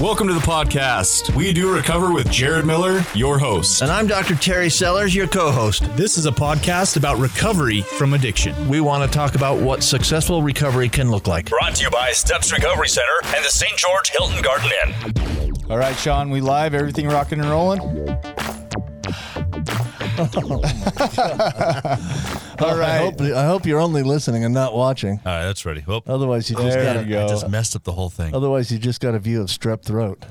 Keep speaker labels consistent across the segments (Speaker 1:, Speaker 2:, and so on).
Speaker 1: Welcome to the podcast. We do recover with Jared Miller, your host.
Speaker 2: And I'm Dr. Terry Sellers, your co host.
Speaker 3: This is a podcast about recovery from addiction.
Speaker 2: We want to talk about what successful recovery can look like.
Speaker 4: Brought to you by Steps Recovery Center and the St. George Hilton Garden Inn.
Speaker 5: All right, Sean, we live. Everything rocking and rolling. All
Speaker 6: I
Speaker 5: right.
Speaker 6: hope, I hope you're only listening and not watching.
Speaker 7: All right, that's ready. Well,
Speaker 6: Otherwise, you just
Speaker 5: There
Speaker 6: got
Speaker 5: you
Speaker 6: a,
Speaker 5: go.
Speaker 7: I just messed up the whole thing.
Speaker 6: otherwise you just got a view of strep throat.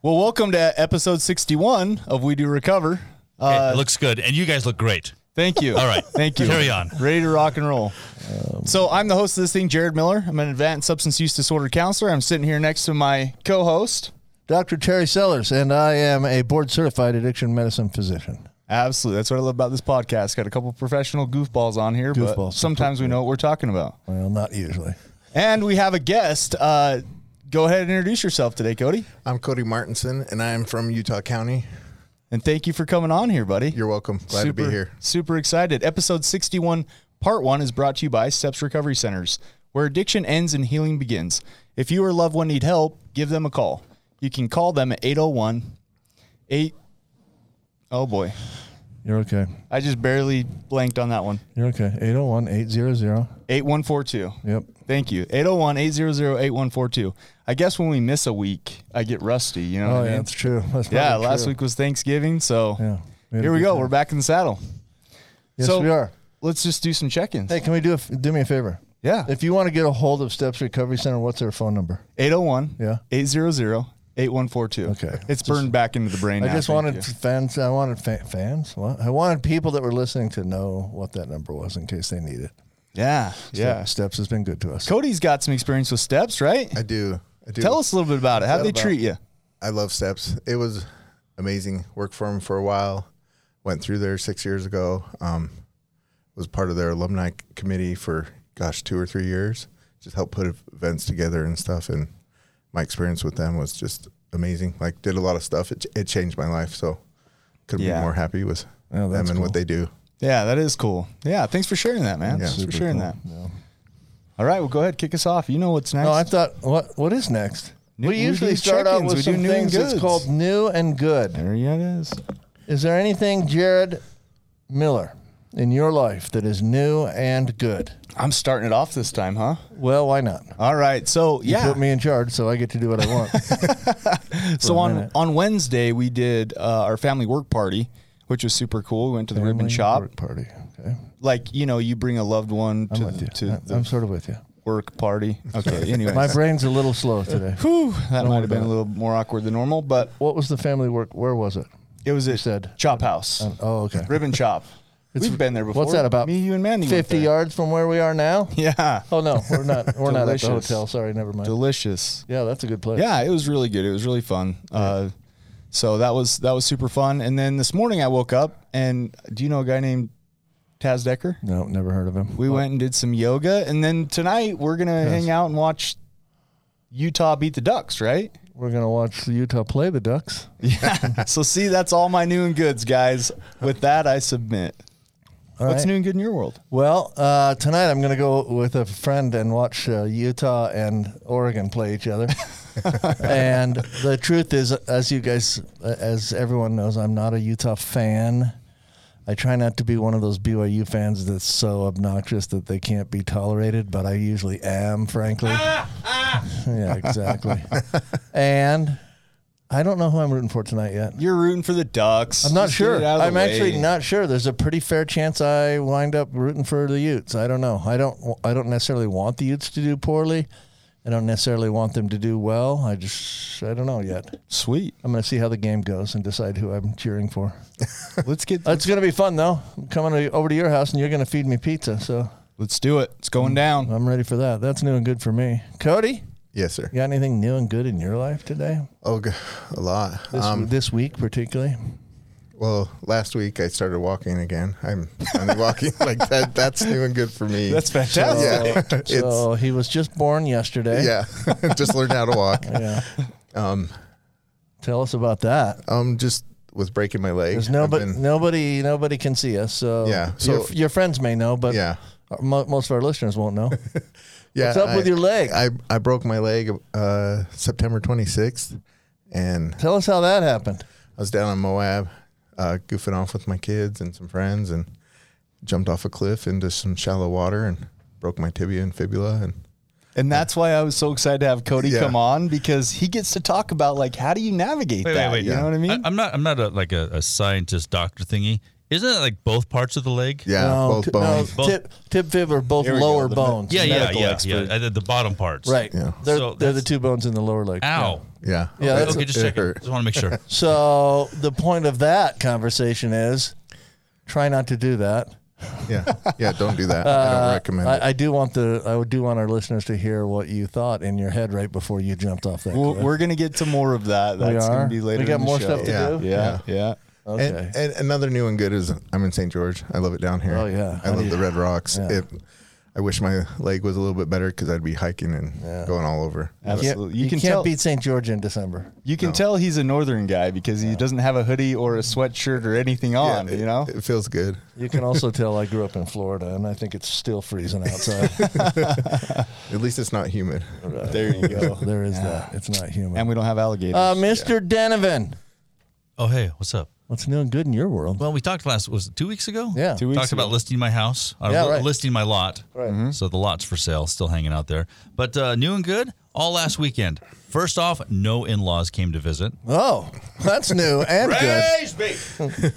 Speaker 5: Well, welcome to episode 61 of We Do Recover. Uh,
Speaker 7: Okay, it looks good, and you guys look great.
Speaker 5: Thank you.
Speaker 7: All right,
Speaker 5: Thank you.
Speaker 7: carry on.
Speaker 5: Ready to rock and roll. so, I'm the host of this thing, Jared Miller. I'm an advanced substance use disorder counselor. I'm sitting here next to my co host.
Speaker 6: Dr. Terry Sellers and I am a board certified addiction medicine physician.
Speaker 5: Absolutely. That's what I love about this podcast. Got a couple professional goofballs on here, but
Speaker 6: Goofballs.
Speaker 5: sometimes we know what we're talking about.
Speaker 6: Well, not usually.
Speaker 5: And we have a guest. Uh, go ahead and introduce yourself today, Cody.
Speaker 8: I'm Cody Martinson, and I'm from Utah County.
Speaker 5: And thank you for coming on here, buddy.
Speaker 8: You're welcome. Glad
Speaker 5: super,
Speaker 8: to be here.
Speaker 5: Super excited. Episode 61, Part 1 is brought to you by Steps Recovery Centers, where addiction ends and healing begins. If you or loved one need help, give them a call. You can call them at 801 8 Oh boy.
Speaker 6: You're okay.
Speaker 5: I just barely blanked on that one.
Speaker 6: You're okay. 801 800.
Speaker 5: 8142.
Speaker 6: Yep.
Speaker 5: Thank you. 801 800 8142. I guess when we miss a week, I get rusty, you know? what
Speaker 6: Oh,
Speaker 5: I
Speaker 6: yeah,
Speaker 5: mean?
Speaker 6: that's true. That's
Speaker 5: Yeah,
Speaker 6: probably
Speaker 5: last
Speaker 6: true.
Speaker 5: week was Thanksgiving, so
Speaker 6: Yeah. had a
Speaker 5: here we
Speaker 6: good
Speaker 5: go.
Speaker 6: time.
Speaker 5: We're back in the saddle.
Speaker 6: Yes,
Speaker 5: so-
Speaker 6: we are.
Speaker 5: Let's just do some check-ins.
Speaker 6: Hey, can we do a f do me a favor?
Speaker 5: yeah.
Speaker 6: If you want to get a hold of Steps Recovery Center, what's their phone number?
Speaker 5: 801
Speaker 6: Yeah.
Speaker 5: 800 8142.
Speaker 6: Okay.
Speaker 5: It's burned back into the brain.
Speaker 6: I
Speaker 5: now,
Speaker 6: just
Speaker 5: thank
Speaker 6: wanted
Speaker 5: you.
Speaker 6: fans. I wanted fa- fans. What? I wanted people that were listening to know what that number was in case they need it.
Speaker 5: Yeah. Yeah.
Speaker 6: Step- Steps has been good to us.
Speaker 5: Cody's got some experience with steps, right?
Speaker 8: I do. I do.
Speaker 5: Tell us a little bit about it. How do they
Speaker 8: about-
Speaker 5: treat you?
Speaker 8: I love steps. It was amazing. Worked for them for a while. Went through there six years ago. Um, was part of their alumni c- committee for gosh two or three years. Just helped put events together and stuff. And my experience with them was just amazing. Like did a lot of stuff. It, ch- it changed my life. So couldn't
Speaker 5: Yeah.
Speaker 8: be more happy with
Speaker 6: Oh,
Speaker 8: them
Speaker 6: that's
Speaker 8: and
Speaker 6: cool.
Speaker 8: what they do.
Speaker 5: Yeah, that is cool. Yeah. Thanks for sharing that, man. thanks for sharing that. All right. Well, go ahead. Kick us off. You know what's next.
Speaker 6: No, I thought what what is next?
Speaker 5: New-
Speaker 6: we
Speaker 5: we
Speaker 6: usually
Speaker 5: do
Speaker 6: start out
Speaker 5: check-ins.
Speaker 6: with
Speaker 5: We do
Speaker 6: some
Speaker 5: new and
Speaker 6: things that's
Speaker 5: goods.
Speaker 6: called new and good.
Speaker 5: there it is.
Speaker 6: Is there anything, Jared Miller, in your life that is new and good?
Speaker 5: I'm starting it off this time, huh?
Speaker 6: Well, why not?
Speaker 5: All right. So,
Speaker 6: You
Speaker 5: yeah.
Speaker 6: put me in charge, so I get to do what I want.
Speaker 5: So on
Speaker 6: minute.
Speaker 5: on Wednesday we did uh, our family work party, which was super cool. We went to the ribbon shop.
Speaker 6: Work party. Okay,
Speaker 5: Like you know, you bring a loved one
Speaker 6: I'm
Speaker 5: to
Speaker 6: with
Speaker 5: the,
Speaker 6: you.
Speaker 5: to
Speaker 6: I-
Speaker 5: the
Speaker 6: I'm sort of with you.
Speaker 5: work party. Okay. Anyway,
Speaker 6: My brain's a little slow today.
Speaker 5: that might have been a little more awkward than normal, but
Speaker 6: What was the family work? Where was it?
Speaker 5: it was at
Speaker 6: said-
Speaker 5: Chop House,
Speaker 6: Oh, okay.
Speaker 5: Ribbon Chop. We've been there before.
Speaker 6: What's that about?
Speaker 5: Me, you, and Mandy. went
Speaker 6: Fifty
Speaker 5: there.
Speaker 6: yards from where we are now.
Speaker 5: Yeah.
Speaker 6: Oh no, we're not. We're not at the
Speaker 5: Delicious.
Speaker 6: hotel. Sorry, never mind.
Speaker 5: Delicious.
Speaker 6: yeah, that's a good place.
Speaker 5: Yeah, it was really good. It was really fun. Uh, so that was that was super fun. And then this morning I woke up and do you know a guy named Taz Decker?
Speaker 6: No, never heard of him.
Speaker 5: We went and did some yoga, and then tonight we're gonna hang out and watch Utah beat the Ducks, right?
Speaker 6: We're gonna watch Utah play the Ducks.
Speaker 5: Yeah. so see, that's all my new and goods, guys. With that, I submit. What's
Speaker 6: right.
Speaker 5: new and good in your world?
Speaker 6: Well, uh, tonight I'm gonna go with a friend and watch uh, Utah and Oregon play each other. and the truth is, as you guys, uh, as everyone knows, I'm not a Utah fan. I try not to be one of those BYU fans that's so obnoxious that they can't be tolerated, but I usually am, frankly. yeah, exactly. and I don't know who I'm rooting for tonight yet.
Speaker 5: You're rooting for the Ducks.
Speaker 6: I'm not
Speaker 5: Just get
Speaker 6: sure.
Speaker 5: it out of the
Speaker 6: I'm actually
Speaker 5: way.
Speaker 6: not sure. There's a pretty fair chance I wind up rooting for the Utes. I don't know. I don't. I don't necessarily want the Utes to do poorly. I don't necessarily want them to do well. I just. I don't know yet.
Speaker 5: sweet.
Speaker 6: I'm going to see how the game goes and decide who I'm cheering for.
Speaker 5: Let's get.
Speaker 6: It's going to be fun though. I'm coming to- over to your house and you're going to feed me pizza. So
Speaker 5: Let's do it. It's going down.
Speaker 6: I'm ready for that. That's new and good for me. Cody,
Speaker 8: Yes, sir.
Speaker 6: you got anything new and good in your life today?
Speaker 8: Oh, g- a lot.
Speaker 6: This, this week particularly.
Speaker 8: Well, last week I started walking again. I'm finally walking like that. That's new and good for me.
Speaker 5: That's fantastic.
Speaker 8: yeah, it's,
Speaker 6: So he was just born yesterday.
Speaker 8: yeah. just learned how to walk.
Speaker 6: Yeah.
Speaker 8: Um,
Speaker 6: Tell us about that.
Speaker 8: um, just with breaking my leg.
Speaker 6: There's nobody,
Speaker 8: I've been-
Speaker 6: nobody, nobody can see us. So
Speaker 8: Yeah,
Speaker 6: your,
Speaker 8: so-
Speaker 6: your friends may know, but
Speaker 8: yeah,
Speaker 6: Mo- most of our listeners won't know.
Speaker 8: Yeah,
Speaker 6: What's up
Speaker 8: I-
Speaker 6: with your leg?
Speaker 8: I, I broke my leg uh, September 26th, and
Speaker 6: Tell us how that happened.
Speaker 8: I was down in Moab, uh, goofing off with my kids and some friends, and jumped off a cliff into some shallow water and broke my tibia and fibula. And
Speaker 5: And that's why I was so excited to have Cody
Speaker 8: Yeah.
Speaker 5: come on because he gets to talk about like how do you navigate that? you know what I mean?
Speaker 7: am not. I'm not a, like a, a scientist doctor thingy. Isn't it like both parts of the leg?
Speaker 8: yeah,
Speaker 6: No,
Speaker 8: both
Speaker 6: Um, t- no,
Speaker 8: bones.
Speaker 7: Both-
Speaker 6: tip, tip fib are both
Speaker 5: Here we go,
Speaker 6: lower
Speaker 5: the med-
Speaker 6: bones.
Speaker 7: Yeah, yeah,
Speaker 5: medical
Speaker 7: yeah,
Speaker 5: expert.
Speaker 7: yeah. uh, The, the bottom parts.
Speaker 6: Right.
Speaker 8: Yeah.
Speaker 6: They're,
Speaker 7: So
Speaker 6: they're the
Speaker 7: that's-
Speaker 6: two bones in the lower leg.
Speaker 7: Ow.
Speaker 8: Yeah,
Speaker 6: Yeah, that's-
Speaker 7: okay, just
Speaker 8: it
Speaker 7: check it.
Speaker 8: hurt.
Speaker 7: Just want to make sure.
Speaker 6: So the point of that conversation is try not to do that.
Speaker 8: Yeah, yeah, don't do that. I
Speaker 6: Uh,
Speaker 8: don't recommend it.
Speaker 6: I, I do want the I would do want our listeners to hear what you thought in your head right before you jumped off that.
Speaker 5: We're,
Speaker 6: cliff.
Speaker 5: we're gonna get to more of that.
Speaker 6: We
Speaker 5: That's gonna
Speaker 6: are?
Speaker 5: be later.
Speaker 6: We got
Speaker 5: in the
Speaker 6: more
Speaker 5: show.
Speaker 6: stuff to
Speaker 8: Yeah.
Speaker 6: do.
Speaker 5: Yeah, yeah.
Speaker 6: Okay.
Speaker 8: And, and another new and good is I'm in St. George. I love it down here.
Speaker 6: Oh, yeah.
Speaker 8: I
Speaker 6: How do
Speaker 8: love
Speaker 6: you-
Speaker 8: the Red Rocks. It, I wish my leg was a little bit better because I'd be hiking and going all over.
Speaker 6: Can't-
Speaker 5: Absolutely.
Speaker 6: you,
Speaker 5: You can
Speaker 6: can't
Speaker 5: tell
Speaker 6: beat St. George in December.
Speaker 5: you can tell he's a northern guy because he doesn't have a hoodie or a sweatshirt or anything on,
Speaker 8: it,
Speaker 5: you know?
Speaker 8: it feels good.
Speaker 6: You can also tell I grew up in Florida, and I think it's still freezing outside.
Speaker 8: At least it's not humid.
Speaker 5: there you go.
Speaker 6: there is that. It's not human.
Speaker 5: and we don't have alligators.
Speaker 6: uh, Mr. Denovan,
Speaker 7: Oh hey, what's up?
Speaker 6: what's new and good in your world?
Speaker 7: Well, we talked last was it two weeks ago.
Speaker 6: Yeah. Two
Speaker 5: weeks
Speaker 7: talked
Speaker 5: ago.
Speaker 7: about listing my house. Uh,
Speaker 6: Yeah,
Speaker 7: li-
Speaker 6: right.
Speaker 7: Listing my lot. Right. So the lot's for sale, still hanging out there. But uh, new and good. All last weekend. First off, no in-laws came to visit.
Speaker 6: Oh, that's new and good.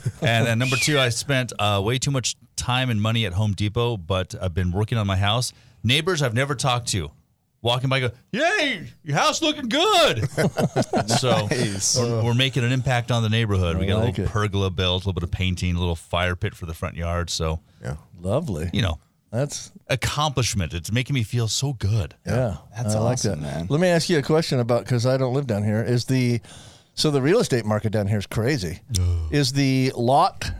Speaker 7: and then number two, I spent uh, way too much time and money at Home Depot, but I've been working on my house. Neighbors I've never talked to, walking by, go, "Yay, your house looking good." so we're, we're making an impact on the neighborhood. we
Speaker 6: I
Speaker 7: got a
Speaker 6: like
Speaker 7: little
Speaker 6: it.
Speaker 7: pergola built, a little bit of painting, a little fire pit for the front yard. So
Speaker 6: Lovely.
Speaker 7: you know,
Speaker 6: That's
Speaker 7: accomplishment. It's making me feel so good.
Speaker 6: yeah.
Speaker 5: That's
Speaker 6: I like
Speaker 5: awesome,
Speaker 6: that.
Speaker 5: man.
Speaker 6: Let me ask you a question about because I don't live down here. Is the so the real estate market down here is crazy? is the lot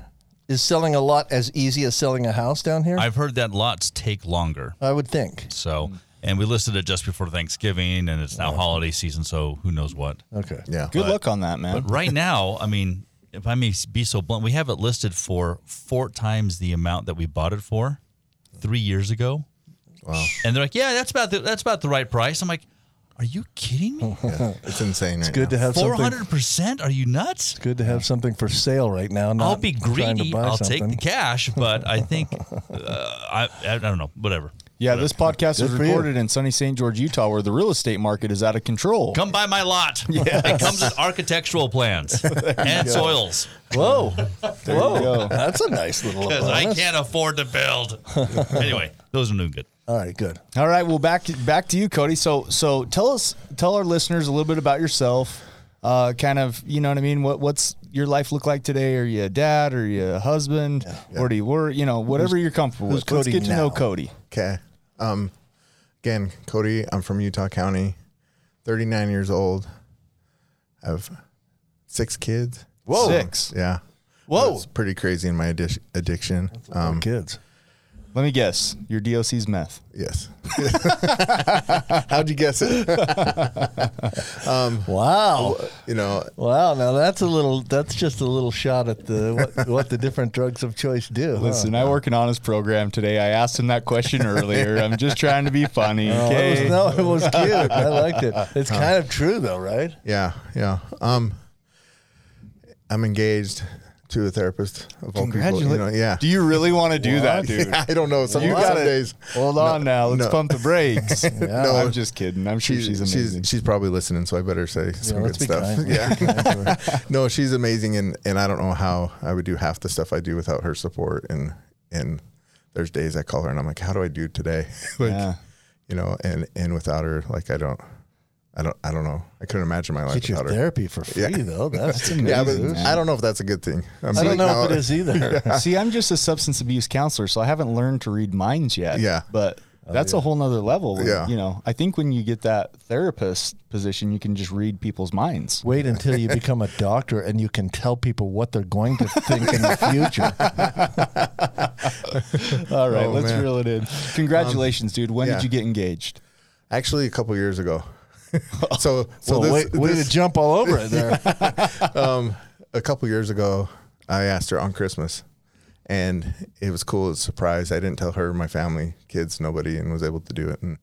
Speaker 6: is selling a lot as easy as selling a house down here?
Speaker 7: I've heard that lots take longer.
Speaker 6: I would think.
Speaker 7: So, and we listed it just before Thanksgiving, and it's now holiday season. So who knows what?
Speaker 6: Okay.
Speaker 8: Yeah.
Speaker 5: Good luck on that, man.
Speaker 7: But right now, I mean, if I may be so blunt, we have it listed for four times the amount that we bought it for three years ago. Wow. And they're like, yeah, that's about the, that's about the right price. I'm like, are you kidding me?
Speaker 8: Yeah. It's insane right
Speaker 6: Good to
Speaker 8: now.
Speaker 6: have
Speaker 7: Four
Speaker 6: something.
Speaker 7: hundred percent? Are you nuts?
Speaker 6: Good to have something for sale right now. Not
Speaker 7: I'll be
Speaker 6: trying To
Speaker 7: greedy.
Speaker 6: buy
Speaker 7: I'll
Speaker 6: something.
Speaker 7: take the cash, but I think uh, I, I don't know. Whatever.
Speaker 5: Yeah, this podcast was
Speaker 6: for you.
Speaker 5: recorded in sunny St. George, Utah, where the real estate market is out of control.
Speaker 7: Come buy my lot. It comes with architectural plans and soils
Speaker 6: Whoa,
Speaker 5: There you go.
Speaker 6: that's a nice little.
Speaker 7: because I
Speaker 6: bonus.
Speaker 7: can't afford to build. anyway, those are no good.
Speaker 6: All right, good.
Speaker 5: All right, well back to, back to you, Cody. So so tell us tell our listeners a little bit about yourself. Uh, kind of, you know what I mean. What what's your life look like today? Are you a dad? Are you a husband? Or do you work? You know, whatever you're comfortable
Speaker 6: who's
Speaker 5: with. Let's
Speaker 6: Cody
Speaker 5: get to know
Speaker 6: now?
Speaker 5: Cody.
Speaker 8: Okay. Um, again, Cody, I'm from Utah County, 39 years old. I have six kids.
Speaker 5: Whoa, six.
Speaker 8: Yeah.
Speaker 5: Whoa.
Speaker 8: It's pretty crazy in my addic- addiction. Um,
Speaker 6: Kids.
Speaker 5: Let me guess. Your DOC's meth.
Speaker 8: yes. How'd you guess it?
Speaker 6: Wow.
Speaker 8: You know,
Speaker 6: Wow. Now that's a little. That's just a little shot at the what, what the different drugs of choice do. huh?
Speaker 5: Listen, I work an honest program today. I asked him that question earlier. I'm just trying to be funny.
Speaker 6: Oh, it
Speaker 5: Okay.
Speaker 6: was, no, it was cute. I liked it. It's kind of true though, right?
Speaker 8: Yeah, yeah. Um, I'm engaged to a therapist of all people. You know, yeah.
Speaker 5: Do you really want to do that, dude?
Speaker 8: I don't know. Some,
Speaker 5: You
Speaker 8: some
Speaker 5: gotta-
Speaker 8: days.
Speaker 5: Hold on now. Let's
Speaker 8: no.
Speaker 5: pump the brakes.
Speaker 8: No.
Speaker 5: I'm just kidding. I'm sure
Speaker 8: She's,
Speaker 5: she's,
Speaker 8: she's
Speaker 5: amazing.
Speaker 8: she's probably listening, so I better say some good
Speaker 6: let's be
Speaker 8: stuff.
Speaker 6: kind.
Speaker 8: Yeah,
Speaker 6: Let's be kind to her.
Speaker 8: no, she's amazing, and and I don't know how I would do half the stuff I do without her support. And and there's days I call her and I'm like, how do I do today? like,
Speaker 5: Yeah.
Speaker 8: you know, and and without her, like I don't, I don't, I don't know. I couldn't imagine my life
Speaker 6: Get your
Speaker 8: without her.
Speaker 6: therapy for free though. That's,
Speaker 8: Yeah,
Speaker 6: amazing.
Speaker 8: but I don't know if that's a good thing. I'm
Speaker 6: I
Speaker 8: like,
Speaker 6: don't know
Speaker 8: now-
Speaker 6: if it is either.
Speaker 5: See, I'm just a substance abuse counselor, so I haven't learned to read minds yet.
Speaker 8: Yeah.
Speaker 5: But that's a whole nother level. when-
Speaker 8: Yeah.
Speaker 5: You know, I think when you get that therapist position, you can just read people's minds.
Speaker 6: Wait until you become a doctor and you can tell people what they're going to think in the future.
Speaker 5: All right,
Speaker 8: Oh,
Speaker 5: let's
Speaker 8: man.
Speaker 5: reel it in. Congratulations, dude. When
Speaker 8: yeah.
Speaker 5: did you get engaged?
Speaker 8: Actually, a couple years ago. so, so
Speaker 6: well,
Speaker 8: this,
Speaker 6: wait, way
Speaker 8: this-
Speaker 6: to jump all over it there.
Speaker 8: a couple years ago, I asked her on Christmas, and it was cool. It was a surprise. I didn't tell her, my family, kids, nobody, and was able to do it in,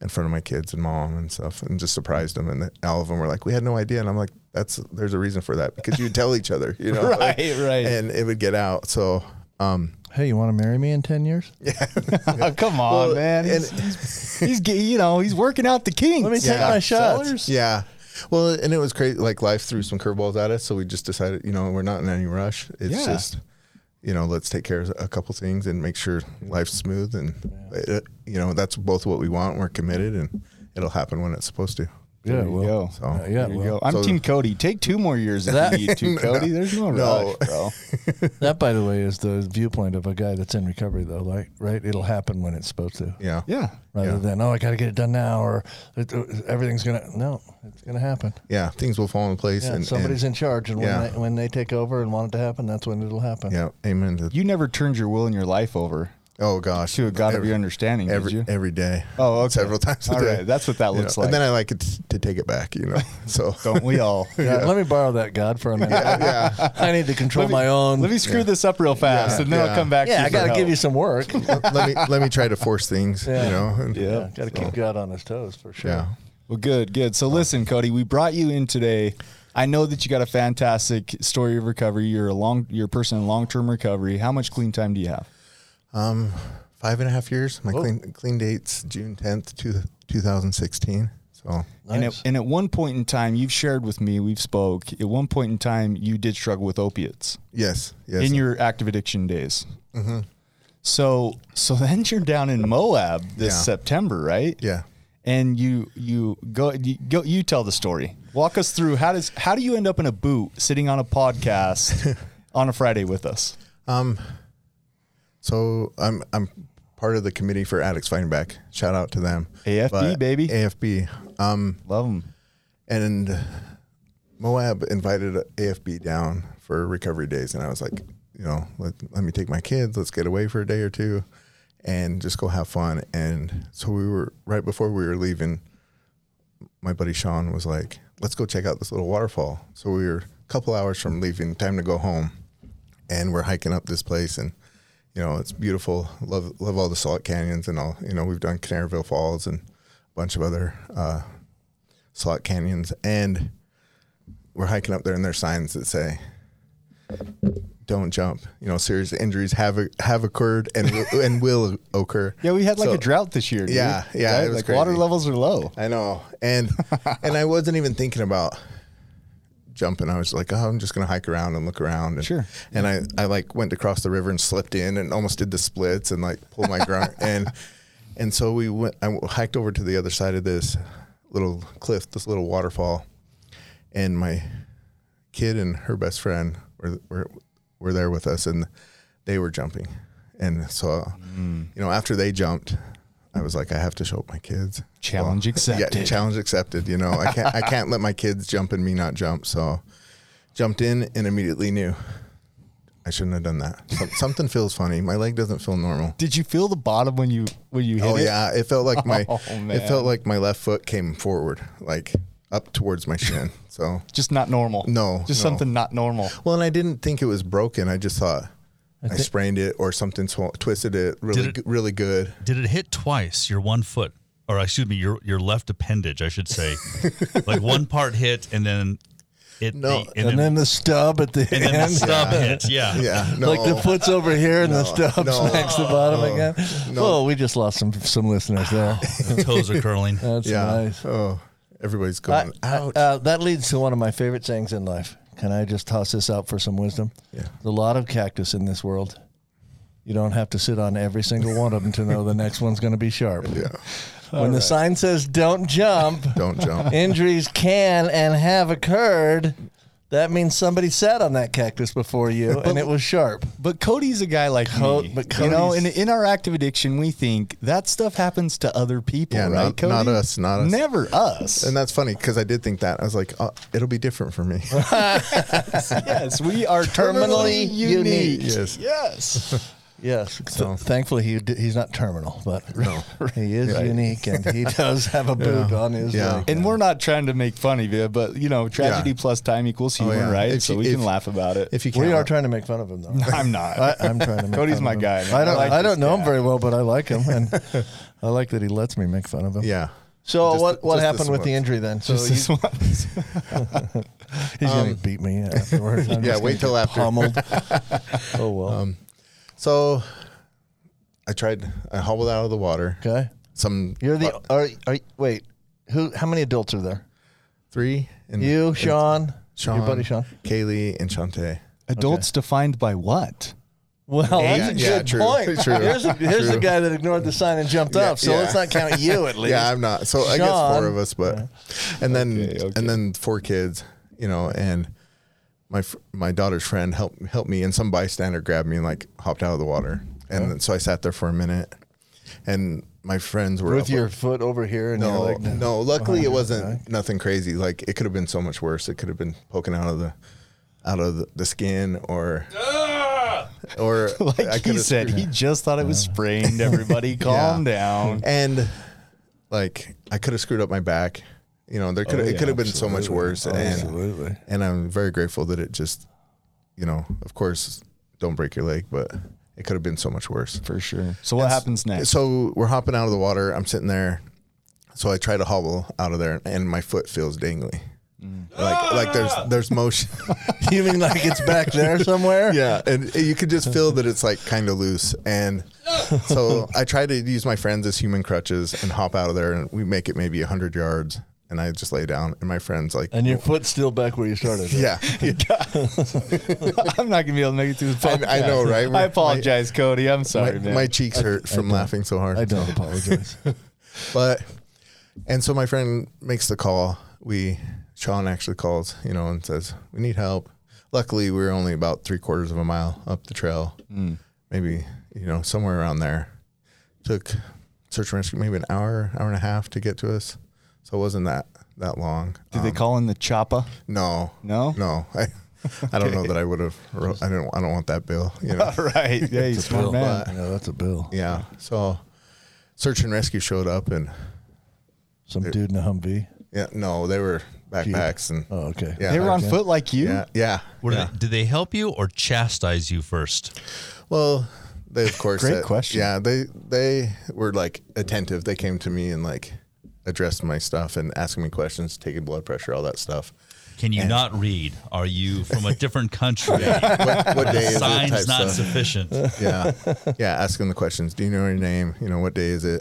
Speaker 8: in front of my kids and mom and stuff, and just surprised them. And all of them were like, "We had no idea," and I'm like, "That's there's a reason for that because you tell each other, you know,
Speaker 5: Right,
Speaker 8: like,
Speaker 5: right.
Speaker 8: and it would get out." So. Um,
Speaker 6: Hey, you want to marry me in 10 years?
Speaker 5: Oh, come on,
Speaker 8: Well,
Speaker 5: man. He's,
Speaker 8: and-
Speaker 5: he's, he's get- you know he's working out the kinks.
Speaker 6: Let me take my shots.
Speaker 8: Yeah. Well, and it was crazy. Like life threw some curveballs at us, so we just decided, you know, we're not in any rush. It's
Speaker 5: Yeah.
Speaker 8: just, you know, let's take care of a couple things and make sure life's smooth. And uh, you know, that's both what we want. We're committed, and it'll happen when it's supposed to.
Speaker 6: Yeah, uh,
Speaker 5: There you go.
Speaker 8: So
Speaker 6: yeah,
Speaker 5: There you go.
Speaker 6: well,
Speaker 5: I'm
Speaker 8: so-
Speaker 5: Team Cody. Take two more years if
Speaker 6: That-
Speaker 5: you need to, Cody. There's no,
Speaker 8: No.
Speaker 5: rush, bro.
Speaker 6: that, by the way, is the viewpoint of a guy that's in recovery, though. Like, right? It'll happen when it's supposed to,
Speaker 8: yeah,
Speaker 5: Yeah.
Speaker 6: rather than oh, I got to get it done now, or "It- uh, everything's gonna. No, it's gonna happen.
Speaker 8: yeah, things will fall in place.
Speaker 6: Yeah,
Speaker 8: and
Speaker 6: somebody's in charge, and
Speaker 8: yeah.
Speaker 6: when they, when they take over and want it to happen, that's when it'll happen.
Speaker 8: Yeah, amen. to-
Speaker 5: You never turned your will and your life over
Speaker 8: oh gosh,
Speaker 5: to a God of
Speaker 8: Every-
Speaker 5: your understanding,
Speaker 8: every
Speaker 5: did you?
Speaker 8: every day.
Speaker 5: Oh, okay.
Speaker 8: several times a
Speaker 5: All
Speaker 8: day.
Speaker 5: right, that's what that
Speaker 8: You
Speaker 5: looks
Speaker 8: know,
Speaker 5: like.
Speaker 8: And then I like it t- to take it back, you know. So
Speaker 5: Don't we all?
Speaker 6: Yeah, Let me borrow that God for a minute.
Speaker 8: yeah,
Speaker 6: I need to control
Speaker 5: Let me-
Speaker 6: my own.
Speaker 5: Let me screw this up real fast,
Speaker 8: Yeah.
Speaker 5: and then I'll
Speaker 8: Yeah.
Speaker 5: come back.
Speaker 6: yeah,
Speaker 5: to
Speaker 6: I got to
Speaker 5: for
Speaker 6: give you
Speaker 5: help.
Speaker 6: some work. yeah,
Speaker 8: let me let me try to force things,
Speaker 6: Yeah.
Speaker 8: you know. and-
Speaker 6: got to keep God on his toes for sure.
Speaker 8: Yeah.
Speaker 5: Well, good, good. So listen, Cody, we brought you in today. I know that you got a fantastic story of recovery. You're a long, you're a person in long term recovery. How much clean time do you have?
Speaker 8: five and a half years. My clean clean date's June tenth, two two thousand sixteen. So
Speaker 5: And,
Speaker 6: Nice.
Speaker 5: at, and at one point in time, you've shared with me, we've spoke. At one point in time, you did struggle with opiates
Speaker 8: yes, yes.
Speaker 5: in your active addiction days.
Speaker 6: Mm-hmm.
Speaker 5: So, so then you're down in Moab this
Speaker 8: Yeah.
Speaker 5: September, right?
Speaker 8: yeah.
Speaker 5: And you you go you go you tell the story. Walk us through how does how do you end up in a boot sitting on a podcast on a Friday with us?
Speaker 8: So I'm I'm part of the committee for addicts fighting back. Shout out to them.
Speaker 5: AFB, baby.
Speaker 8: AFB. Um
Speaker 5: Love them.
Speaker 8: and Moab invited AFB down for recovery days, and I was like, you know, let, let me take my kids, let's get away for a day or two, and just go have fun. And so we were right before we were leaving. My buddy Sean was like, "Let's go check out this little waterfall." So we were a couple hours from leaving, time to go home, and we're hiking up this place, and you know, it's beautiful. Love love all the salt canyons and all. You know, we've done Canaryville Falls and a bunch of other uh, slot canyons and we're hiking up there and there's signs that say don't jump you know serious injuries have have occurred and will, and will occur
Speaker 5: Yeah, we had like
Speaker 8: So-
Speaker 5: a drought this year. Dude,
Speaker 8: Yeah, yeah, it was
Speaker 5: like
Speaker 8: crazy.
Speaker 5: water levels are low.
Speaker 8: i know and and i wasn't even thinking about jumping i was like oh i'm just gonna hike around and look around and
Speaker 5: Sure.
Speaker 8: and i i like went across the river and slipped in and almost did the splits and like pulled my grunt and and so we went i hiked over to the other side of this little cliff this little waterfall and my kid and her best friend were were, were there with us, and they were jumping. And so,
Speaker 5: Mm.
Speaker 8: you know, after they jumped, I was like, I have to show up my kids.
Speaker 5: Challenge
Speaker 8: Yeah,
Speaker 5: accepted.
Speaker 8: challenge accepted. You know, I can't I can't let my kids jump and me not jump. So, jumped in and immediately knew I shouldn't have done that. Some- something feels funny. My leg doesn't feel normal.
Speaker 5: Did you feel the bottom when you when you hit
Speaker 8: Oh
Speaker 5: it?
Speaker 8: yeah, it felt like my
Speaker 5: Oh, man.
Speaker 8: it felt like my left foot came forward, like up towards my shin. So
Speaker 5: Just not normal.
Speaker 8: No,
Speaker 5: Just
Speaker 8: no.
Speaker 5: something not normal.
Speaker 8: Well, and I didn't think it was broken. I just thought I, sprained it or something sw- twisted it really,
Speaker 7: Did it-
Speaker 8: g- really good.
Speaker 7: Did it hit twice your one foot? Or excuse me, your your left appendage, I should say. like one part hit and then it
Speaker 8: No,
Speaker 7: the-
Speaker 6: And then the stub at the
Speaker 7: and
Speaker 6: end.
Speaker 7: then the stub hit. Yeah.
Speaker 8: Yeah, no,
Speaker 6: Like the foot's over here and the
Speaker 8: No,
Speaker 6: stub
Speaker 8: no,
Speaker 6: smacks the bottom
Speaker 8: no,
Speaker 6: again.
Speaker 8: no.
Speaker 6: Oh, we just lost some some listeners there.
Speaker 7: The toes are curling.
Speaker 6: That's
Speaker 8: yeah.
Speaker 6: nice.
Speaker 8: Oh, everybody's going
Speaker 6: I-
Speaker 8: out.
Speaker 6: Uh, that leads to one of my favorite sayings in life. Can I just toss this out for some wisdom?
Speaker 8: Yeah.
Speaker 6: There's a lot of cactus in this world. You don't have to sit on every single one of them to know the next one's going to be sharp.
Speaker 8: yeah,
Speaker 6: When the sign says "Don't jump,"
Speaker 8: don't jump.
Speaker 6: injuries can and have occurred. That means somebody sat on that cactus before you, and it was sharp.
Speaker 5: But Cody's a guy like
Speaker 6: Co-
Speaker 5: me.
Speaker 6: but
Speaker 5: you know, in,
Speaker 6: Cody's-
Speaker 5: in our active addiction, we think that stuff happens to other people,
Speaker 8: Yeah,
Speaker 5: right?
Speaker 8: not-
Speaker 5: Cody?
Speaker 8: not us, not us.
Speaker 5: Never us.
Speaker 8: and that's funny because I did think that. I was like, oh, it'll be different for me.
Speaker 5: yes, we are terminally,
Speaker 6: Terminally
Speaker 5: unique.
Speaker 6: unique.
Speaker 8: yes.
Speaker 5: Yes.
Speaker 6: Yes. So thankfully he d- he's not terminal, but he is unique and he does have a boot on his
Speaker 8: Yeah.
Speaker 6: leg.
Speaker 5: And we're not trying to make fun of you, but you know, tragedy
Speaker 8: Yeah. Oh,
Speaker 5: plus time equals humor,
Speaker 8: yeah.
Speaker 5: right?
Speaker 8: If
Speaker 5: so
Speaker 8: you-
Speaker 5: we can
Speaker 8: if-
Speaker 5: laugh about it.
Speaker 8: If you can,
Speaker 6: we are trying to make fun of him though.
Speaker 5: I'm not.
Speaker 6: I, I'm trying to. Make
Speaker 5: Cody's
Speaker 6: fun of
Speaker 5: my
Speaker 6: him.
Speaker 5: guy, man.
Speaker 6: I don't.
Speaker 5: I
Speaker 6: I,
Speaker 5: like this
Speaker 6: don't know
Speaker 5: guy.
Speaker 6: him very well, but I like him, and I like that he lets me make fun of him.
Speaker 8: yeah.
Speaker 6: So
Speaker 8: Just-
Speaker 6: what what
Speaker 8: just
Speaker 6: happened
Speaker 8: this
Speaker 6: with the
Speaker 8: once.
Speaker 6: injury then? So
Speaker 5: Just
Speaker 6: you-
Speaker 5: this one.
Speaker 6: he's gonna beat me afterwards. I'm
Speaker 8: Yeah,
Speaker 6: just
Speaker 8: wait
Speaker 6: gonna
Speaker 8: till
Speaker 6: get
Speaker 8: after.
Speaker 6: Pummeled. oh well.
Speaker 8: So I tried. I hobbled out of the water.
Speaker 6: okay.
Speaker 8: Some
Speaker 6: You're the. Are, are wait. Who? How many adults are there?
Speaker 8: three and
Speaker 6: You,
Speaker 8: and
Speaker 6: Sean,
Speaker 8: Mm. Sean,
Speaker 6: your buddy Sean.
Speaker 8: Kaylee, and Shante.
Speaker 5: Adults defined by what?
Speaker 6: Well,
Speaker 8: Yeah, yeah, true, true,
Speaker 6: here's the, here's the
Speaker 8: true.
Speaker 6: guy that ignored the sign and jumped
Speaker 8: Yeah,
Speaker 6: up. So
Speaker 8: yeah.
Speaker 6: let's not count you at least.
Speaker 8: Yeah, I'm not. So I guess
Speaker 6: Sean.
Speaker 8: four of us, but and then and then four kids, you know, and my fr- my daughter's friend helped helped me, and some bystander grabbed me and like hopped out of the water, and then, so I sat there for a minute, and my friends were
Speaker 6: With
Speaker 8: up-
Speaker 6: your foot over here and your
Speaker 8: no
Speaker 6: leg. down.
Speaker 8: no. Luckily, it wasn't nothing crazy. Like it could have been so much worse. It could have been poking out of the out of the, the skin or or
Speaker 5: Like
Speaker 8: I could
Speaker 5: he
Speaker 8: have
Speaker 5: said, he just thought it was sprained. Everybody, calm down.
Speaker 8: and like I could have screwed up my back. You know, there
Speaker 6: Oh,
Speaker 8: could it could have been so much worse.
Speaker 6: absolutely.
Speaker 8: And, and I'm very grateful that it just, you know, of course, don't break your leg, but it could have been so much worse.
Speaker 5: For sure. So what happens next?
Speaker 8: So we're hopping out of the water. I'm sitting there. So I try to hobble out of there, and my foot feels dangly. Like like there's there's motion.
Speaker 6: You mean like it's back there somewhere?
Speaker 8: yeah, and you could just feel that it's like kind of loose. And so I try to use my friends as human crutches and hop out of there, and we make it maybe hundred yards. And I just lay down, and my friends like,
Speaker 6: And your foot's still back where you started.
Speaker 8: yeah,
Speaker 5: I'm not gonna be able to make it through the podcast.
Speaker 8: I- I know, right?
Speaker 5: I apologize, Cody. I'm
Speaker 8: my,
Speaker 5: sorry, man.
Speaker 8: my cheeks hurt from laughing so hard.
Speaker 6: I don't apologize.
Speaker 8: But and so my friend makes the call. We Sean actually calls, you know, and says we need help. Luckily, we were only about three quarters of a mile up the trail,
Speaker 5: Mm.
Speaker 8: maybe you know somewhere around there. Took search and rescue maybe an hour, hour and a half to get to us, so it wasn't that that long.
Speaker 5: Did
Speaker 8: Um,
Speaker 5: they call in the choppa?
Speaker 8: No,
Speaker 5: No?
Speaker 8: no. I I don't know that I would have. wrote- I don't. I don't want that bill. You know.
Speaker 5: right. Yeah, he's a smart man.
Speaker 6: I know that's a bill.
Speaker 8: Yeah. So search and rescue showed up and
Speaker 6: Some dude in a Humvee.
Speaker 8: yeah, no, they were backpacks and
Speaker 6: Oh, okay.
Speaker 8: Yeah,
Speaker 5: They were on
Speaker 8: yeah.
Speaker 5: foot like you.
Speaker 8: Yeah, yeah.
Speaker 7: What do they, did they help you or chastise you first?
Speaker 8: Well, they of course.
Speaker 5: Great
Speaker 8: uh,
Speaker 5: question.
Speaker 8: Yeah, they they were like attentive. They came to me and like addressed my stuff and asking me questions, taking blood pressure, all that stuff.
Speaker 7: Can you not read? Are you from a different country?
Speaker 8: What, what day is it? type
Speaker 7: Signs not
Speaker 8: stuff.
Speaker 7: sufficient.
Speaker 8: yeah, yeah. Asking the questions. Do you know your name? You know what day is it?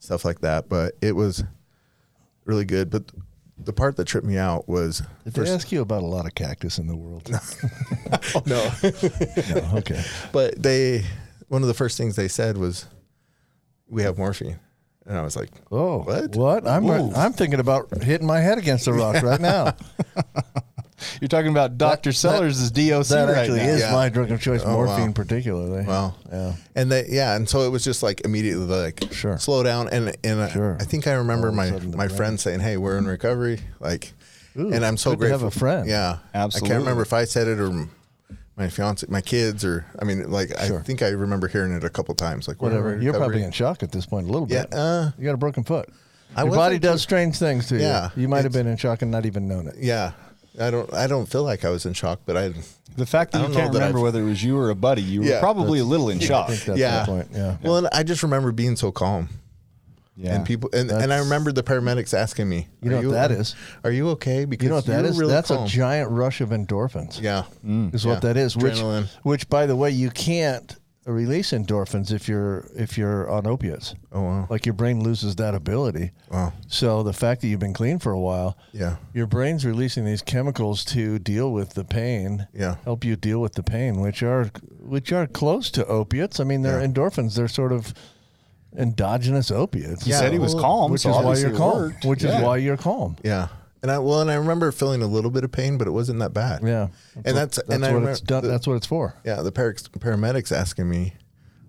Speaker 8: Stuff like that. But it was really good. But the part that tripped me out was
Speaker 6: Did they ask you about a lot of cactus in the world?
Speaker 8: no.
Speaker 6: no. Okay.
Speaker 8: But they, one of the first things they said was, "We have morphine," and I was like,
Speaker 6: Oh,
Speaker 8: What?
Speaker 6: What? I'm
Speaker 8: Ooh.
Speaker 6: I'm thinking about hitting my head against a rock right now.
Speaker 5: You're talking about Dr. Sellers' DOC
Speaker 6: That
Speaker 5: right
Speaker 6: actually
Speaker 5: now.
Speaker 6: is
Speaker 8: Yeah.
Speaker 6: my drug of choice,
Speaker 8: Oh, wow.
Speaker 6: morphine particularly.
Speaker 8: Wow.
Speaker 6: Yeah.
Speaker 8: And they, yeah, and so it was just like immediately like
Speaker 6: Sure.
Speaker 8: slow down and and I-
Speaker 6: Sure.
Speaker 8: I think I remember
Speaker 6: All of a
Speaker 8: my
Speaker 6: sudden the
Speaker 8: my
Speaker 6: brain- Mm.
Speaker 8: friend saying, "Hey, we're in recovery." Like,
Speaker 6: Ooh,
Speaker 8: and I'm so
Speaker 6: good to have
Speaker 8: grateful.
Speaker 6: a friend.
Speaker 8: Yeah, I
Speaker 5: Absolutely.
Speaker 8: can't remember if I said it or m- my fiance, my kids, or I mean, like I think I remember hearing it a couple times. Like we're in
Speaker 6: Whatever. You're
Speaker 8: recovery.
Speaker 6: probably in shock at this point a little
Speaker 8: Yeah,
Speaker 6: bit.
Speaker 8: uh,
Speaker 6: you got a broken foot.
Speaker 8: I
Speaker 6: Your body
Speaker 8: wasn't
Speaker 6: does strange things to you.
Speaker 8: Yeah,
Speaker 6: You might have been in shock and not even known it.
Speaker 8: yeah. I don't I don't feel like I was in shock, but I
Speaker 5: The fact
Speaker 8: I
Speaker 5: that you
Speaker 8: don't know
Speaker 5: can't
Speaker 8: that
Speaker 5: remember
Speaker 8: I've-
Speaker 5: whether it was you or a buddy, you were
Speaker 8: Yeah,
Speaker 5: probably a little in shock.
Speaker 6: I think that's
Speaker 8: yeah.
Speaker 6: the point. Yeah.
Speaker 8: Well, and I just remember being so calm.
Speaker 5: Yeah.
Speaker 8: And people and, and I
Speaker 6: That's-
Speaker 8: remember the paramedics asking me,
Speaker 6: You know
Speaker 8: "Are
Speaker 6: what that is?
Speaker 8: Are you okay?" Because
Speaker 6: You know what that
Speaker 8: you're
Speaker 6: is?
Speaker 8: really
Speaker 6: That's
Speaker 8: calm."
Speaker 6: a giant rush of endorphins.
Speaker 8: Yeah.
Speaker 6: Is
Speaker 8: Yeah.
Speaker 6: what that is. Which,
Speaker 8: Adrenaline.
Speaker 6: which, by the way, you can't release endorphins if you're if you're on opiates.
Speaker 8: Oh wow.
Speaker 6: Like your brain loses that ability.
Speaker 8: Wow.
Speaker 6: So the fact that you've been clean for a while,
Speaker 8: Yeah.
Speaker 6: your brain's releasing these chemicals to deal with the pain.
Speaker 8: Yeah.
Speaker 6: Help you deal with the pain, which are which are close to opiates. I mean, they're
Speaker 8: Yeah.
Speaker 6: endorphins. They're sort of endogenous opiates.
Speaker 8: Yeah.
Speaker 5: said he was calm,
Speaker 6: which
Speaker 5: so
Speaker 6: is why
Speaker 5: obviously
Speaker 6: you're
Speaker 5: it
Speaker 6: calm.
Speaker 5: worked.
Speaker 6: Which
Speaker 5: Yeah.
Speaker 6: is why you're calm.
Speaker 8: Yeah. And I well, and I remember feeling a little bit of pain, but it wasn't that bad.
Speaker 6: Yeah.
Speaker 8: And that's,
Speaker 6: That's
Speaker 8: and I
Speaker 6: what
Speaker 8: remember
Speaker 6: it's done.
Speaker 8: the-
Speaker 6: that's what it's for.
Speaker 8: yeah. The par- paramedics asking me,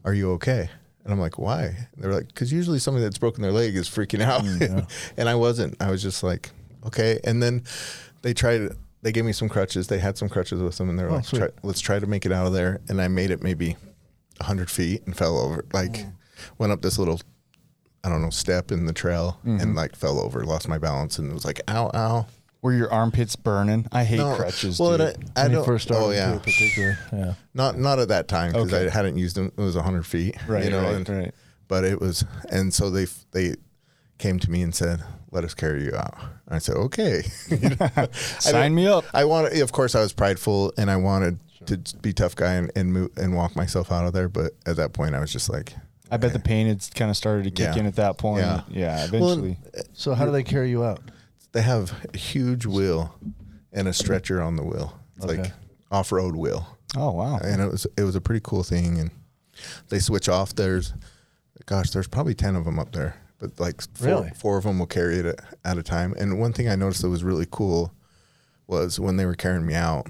Speaker 8: "Are you okay?" And I'm like, "Why?" They're like, "Cause usually somebody that's broken their leg is freaking out,"
Speaker 6: Mm,
Speaker 8: and I wasn't. I was just like, "Okay." And then they tried. They gave me some crutches. They had some crutches with them, and they were like,
Speaker 6: Oh, sweet.
Speaker 8: try, "Let's try to make it out of there." And I made it maybe hundred feet and fell over. Like went up this little, I don't know, step in the trail
Speaker 6: Mm-hmm.
Speaker 8: and like fell over, lost my balance, and was like, ow, ow.
Speaker 5: Were your armpits burning? I hate
Speaker 8: No,
Speaker 5: crutches.
Speaker 8: well,
Speaker 5: dude.
Speaker 8: it- I,
Speaker 6: When he
Speaker 8: don't.
Speaker 6: first started,
Speaker 8: oh yeah,
Speaker 6: too, particularly. Yeah.
Speaker 8: not not at that time because I hadn't used them. It was hundred feet,
Speaker 5: Right,
Speaker 8: You know,
Speaker 5: right,
Speaker 8: and,
Speaker 5: right.
Speaker 8: But it was, and so they f- they came to me and said, "Let us carry you out." And I said, "Okay." You know? I
Speaker 5: Sign
Speaker 8: didn't-
Speaker 5: me up.
Speaker 8: I wanted, of course, I was prideful and I wanted to be tough guy and and, move, and walk myself out of there. But at that point, I was just like,
Speaker 5: I bet the pain had kind of started to kick
Speaker 8: Yeah.
Speaker 5: in at that point.
Speaker 8: Yeah.
Speaker 5: Yeah, eventually.
Speaker 6: So how do they carry you out?
Speaker 8: they have a huge wheel and a stretcher on the wheel, it's like
Speaker 6: Okay.
Speaker 8: off road wheel.
Speaker 5: oh wow.
Speaker 8: and it was it was a pretty cool thing. And they switch off. There's, gosh, there's probably ten of them up there, but like four,
Speaker 6: Really?
Speaker 8: four of them will carry it at- at a time. And one thing I noticed that was really cool was when they were carrying me out,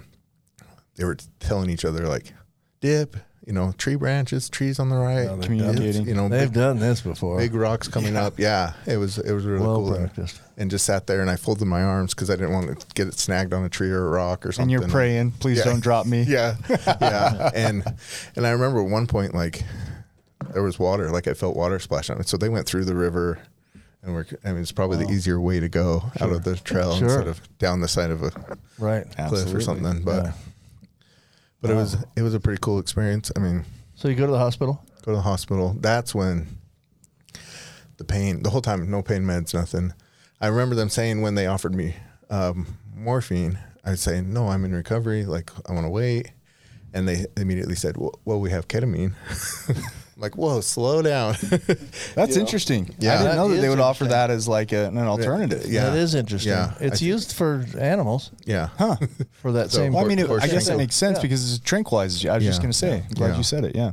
Speaker 8: they were telling each other like, dip, you know, tree branches, trees on the right,
Speaker 5: Communicating.
Speaker 8: you know,
Speaker 6: They've
Speaker 8: big,
Speaker 6: done this before.
Speaker 8: big rocks coming up. Yeah, it was it was really
Speaker 6: Well
Speaker 8: cool. And-
Speaker 6: practiced.
Speaker 8: And just sat there and I folded my arms because I didn't want to get it snagged on a tree or a rock or
Speaker 5: And
Speaker 8: something.
Speaker 5: you're praying, please
Speaker 8: Yeah.
Speaker 5: don't drop me.
Speaker 8: Yeah, yeah, and and I remember at one point like there was water, like I felt water splash on it. So they went through the river, and we're I mean it's probably the easier way to go out of the trail
Speaker 6: Sure.
Speaker 8: instead of down the side of a
Speaker 6: Right.
Speaker 8: cliff or
Speaker 5: Absolutely.
Speaker 8: something. But but it was it was a pretty cool experience. I mean,
Speaker 6: So you go to the hospital.
Speaker 8: go to the hospital. That's when the pain, the whole time, no pain meds, nothing. I remember them saying when they offered me um, morphine, I'd say, no, I'm in recovery. Like, I want to wait. And they immediately said, well, well we have ketamine. I'm like, whoa, slow down.
Speaker 5: That's interesting.
Speaker 8: Yeah.
Speaker 5: I didn't know
Speaker 6: That
Speaker 5: that they
Speaker 6: is
Speaker 5: would offer that as like a- an alternative.
Speaker 8: Yeah.
Speaker 6: That is interesting.
Speaker 8: Yeah, I
Speaker 6: It's
Speaker 8: thi-
Speaker 6: used for animals
Speaker 8: yeah.
Speaker 6: for that
Speaker 8: So-
Speaker 6: same.
Speaker 5: Well, I
Speaker 8: Or-
Speaker 5: mean, it,
Speaker 8: or
Speaker 5: I guess that
Speaker 8: tranquil-
Speaker 5: makes sense
Speaker 6: yeah.
Speaker 5: because it's tranquilizes you. I was just
Speaker 8: Yeah.
Speaker 5: gonna say. I'm glad
Speaker 8: Yeah.
Speaker 5: you said it. Yeah.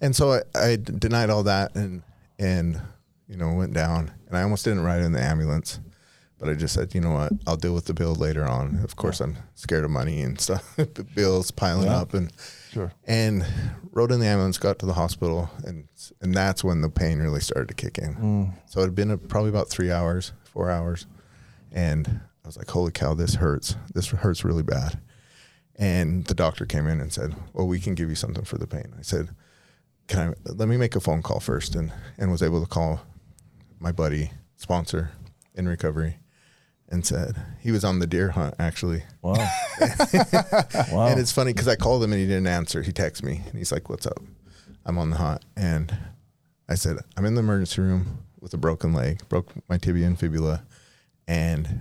Speaker 8: and so I, I d- denied all that and and you know went down and I almost didn't ride in the ambulance, but I just said you know what I'll deal with the bill later on. Of course I'm scared of money and stuff, the bills piling up and
Speaker 6: Sure.
Speaker 8: and rode in the ambulance, got to the hospital and s- and that's when the pain really started to kick in. So it had been a, probably about three hours, four hours, and I was like holy cow this hurts this hurts really bad. And the doctor came in and said, "Well, we can give you something for the pain." I said, "Can I? Let me make a phone call first, and and was able to call my buddy sponsor in recovery, and said he was on the deer hunt actually.
Speaker 6: Wow. wow.
Speaker 8: And it's funny because I called him and he didn't answer. He texted me and he's like, "What's up? I'm on the hunt." And I said, "I'm in the emergency room with a broken leg, broke my tibia and fibula, and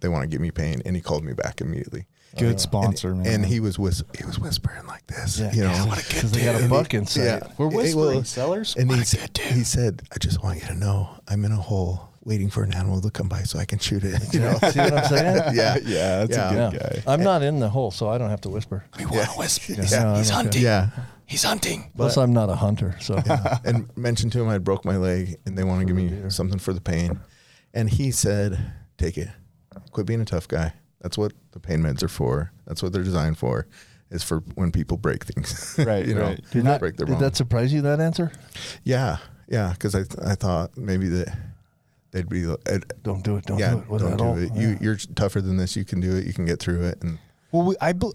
Speaker 8: they want to give me pain." And he called me back immediately.
Speaker 5: Good sponsor,
Speaker 8: and,
Speaker 5: man.
Speaker 8: and he was whis- he was whispering like this,
Speaker 6: Yeah.
Speaker 8: you know,
Speaker 6: Yeah, 'cause they got a
Speaker 8: And he-
Speaker 6: buck inside.
Speaker 5: We're
Speaker 8: Hey,
Speaker 5: whispering,
Speaker 8: well,
Speaker 5: sellers.
Speaker 8: And he said, he said, I just want you to know I'm in a hole waiting for an animal to come by so I can shoot it. You know?
Speaker 6: See what I'm saying?
Speaker 8: yeah,
Speaker 5: yeah, that's a
Speaker 8: Yeah.
Speaker 5: good guy.
Speaker 6: I'm not in the hole, so I don't have to whisper.
Speaker 8: yeah,
Speaker 6: He's hunting.
Speaker 8: yeah.
Speaker 6: Plus, I'm not a hunter, so
Speaker 8: and mentioned to him I broke my leg and they want to give me something for the pain. And he said, Take it. Quit being a tough guy. That's what the pain meds are for. That's what they're designed for. Is for when people break things.
Speaker 5: Right,
Speaker 8: you know,
Speaker 5: right.
Speaker 8: Did
Speaker 6: that,
Speaker 8: break their
Speaker 6: did
Speaker 8: bones.
Speaker 6: that surprise you? That answer?
Speaker 8: yeah. Yeah. Cause I, I thought maybe that they'd be, I'd-
Speaker 6: Don't do it. Don't
Speaker 8: yeah,
Speaker 6: do it. Was
Speaker 8: don't
Speaker 6: that
Speaker 8: do
Speaker 6: all?
Speaker 8: it.
Speaker 6: Yeah.
Speaker 8: You, you're tougher than this. You can do it. You can get through it. And
Speaker 5: Well, we, I bel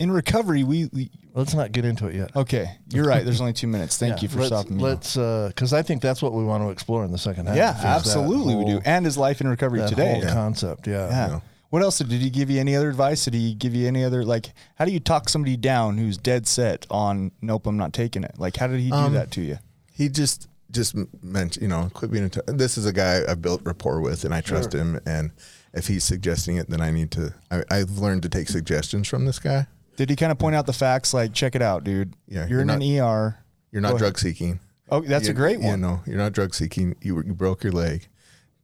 Speaker 5: in recovery we, we
Speaker 6: Let's not get into it yet.
Speaker 5: okay. You're right. There's only two minutes. Thank
Speaker 6: Yeah,
Speaker 5: you for
Speaker 6: let's,
Speaker 5: stopping me.
Speaker 6: Let's, because I think that's what we want to explore in the second half.
Speaker 5: yeah,
Speaker 6: is that
Speaker 5: absolutely we do.
Speaker 6: whole-
Speaker 5: And his life in recovery
Speaker 6: that
Speaker 5: today.
Speaker 6: whole concept. Yeah.
Speaker 5: Yeah. What else did he give you? Any other advice? Did he give you any other like? How do you talk somebody down who's dead set on nope, I'm not taking it? Like, how did he do that to you?
Speaker 8: he just just meant you know quit being a t- this is a guy i built rapport with and i trust him and if he's suggesting it then i need to I, i've learned to take suggestions from this guy
Speaker 5: Did he kind of point out the facts? Like, check it out, dude.
Speaker 8: Yeah,
Speaker 5: you're,
Speaker 8: you're
Speaker 5: in
Speaker 8: not-
Speaker 5: an ER.
Speaker 8: you're not
Speaker 5: Go ahead.
Speaker 8: drug seeking
Speaker 5: Oh, that's
Speaker 8: You-
Speaker 5: a great
Speaker 8: you
Speaker 5: one.
Speaker 8: know you're not drug seeking you, were- you broke your leg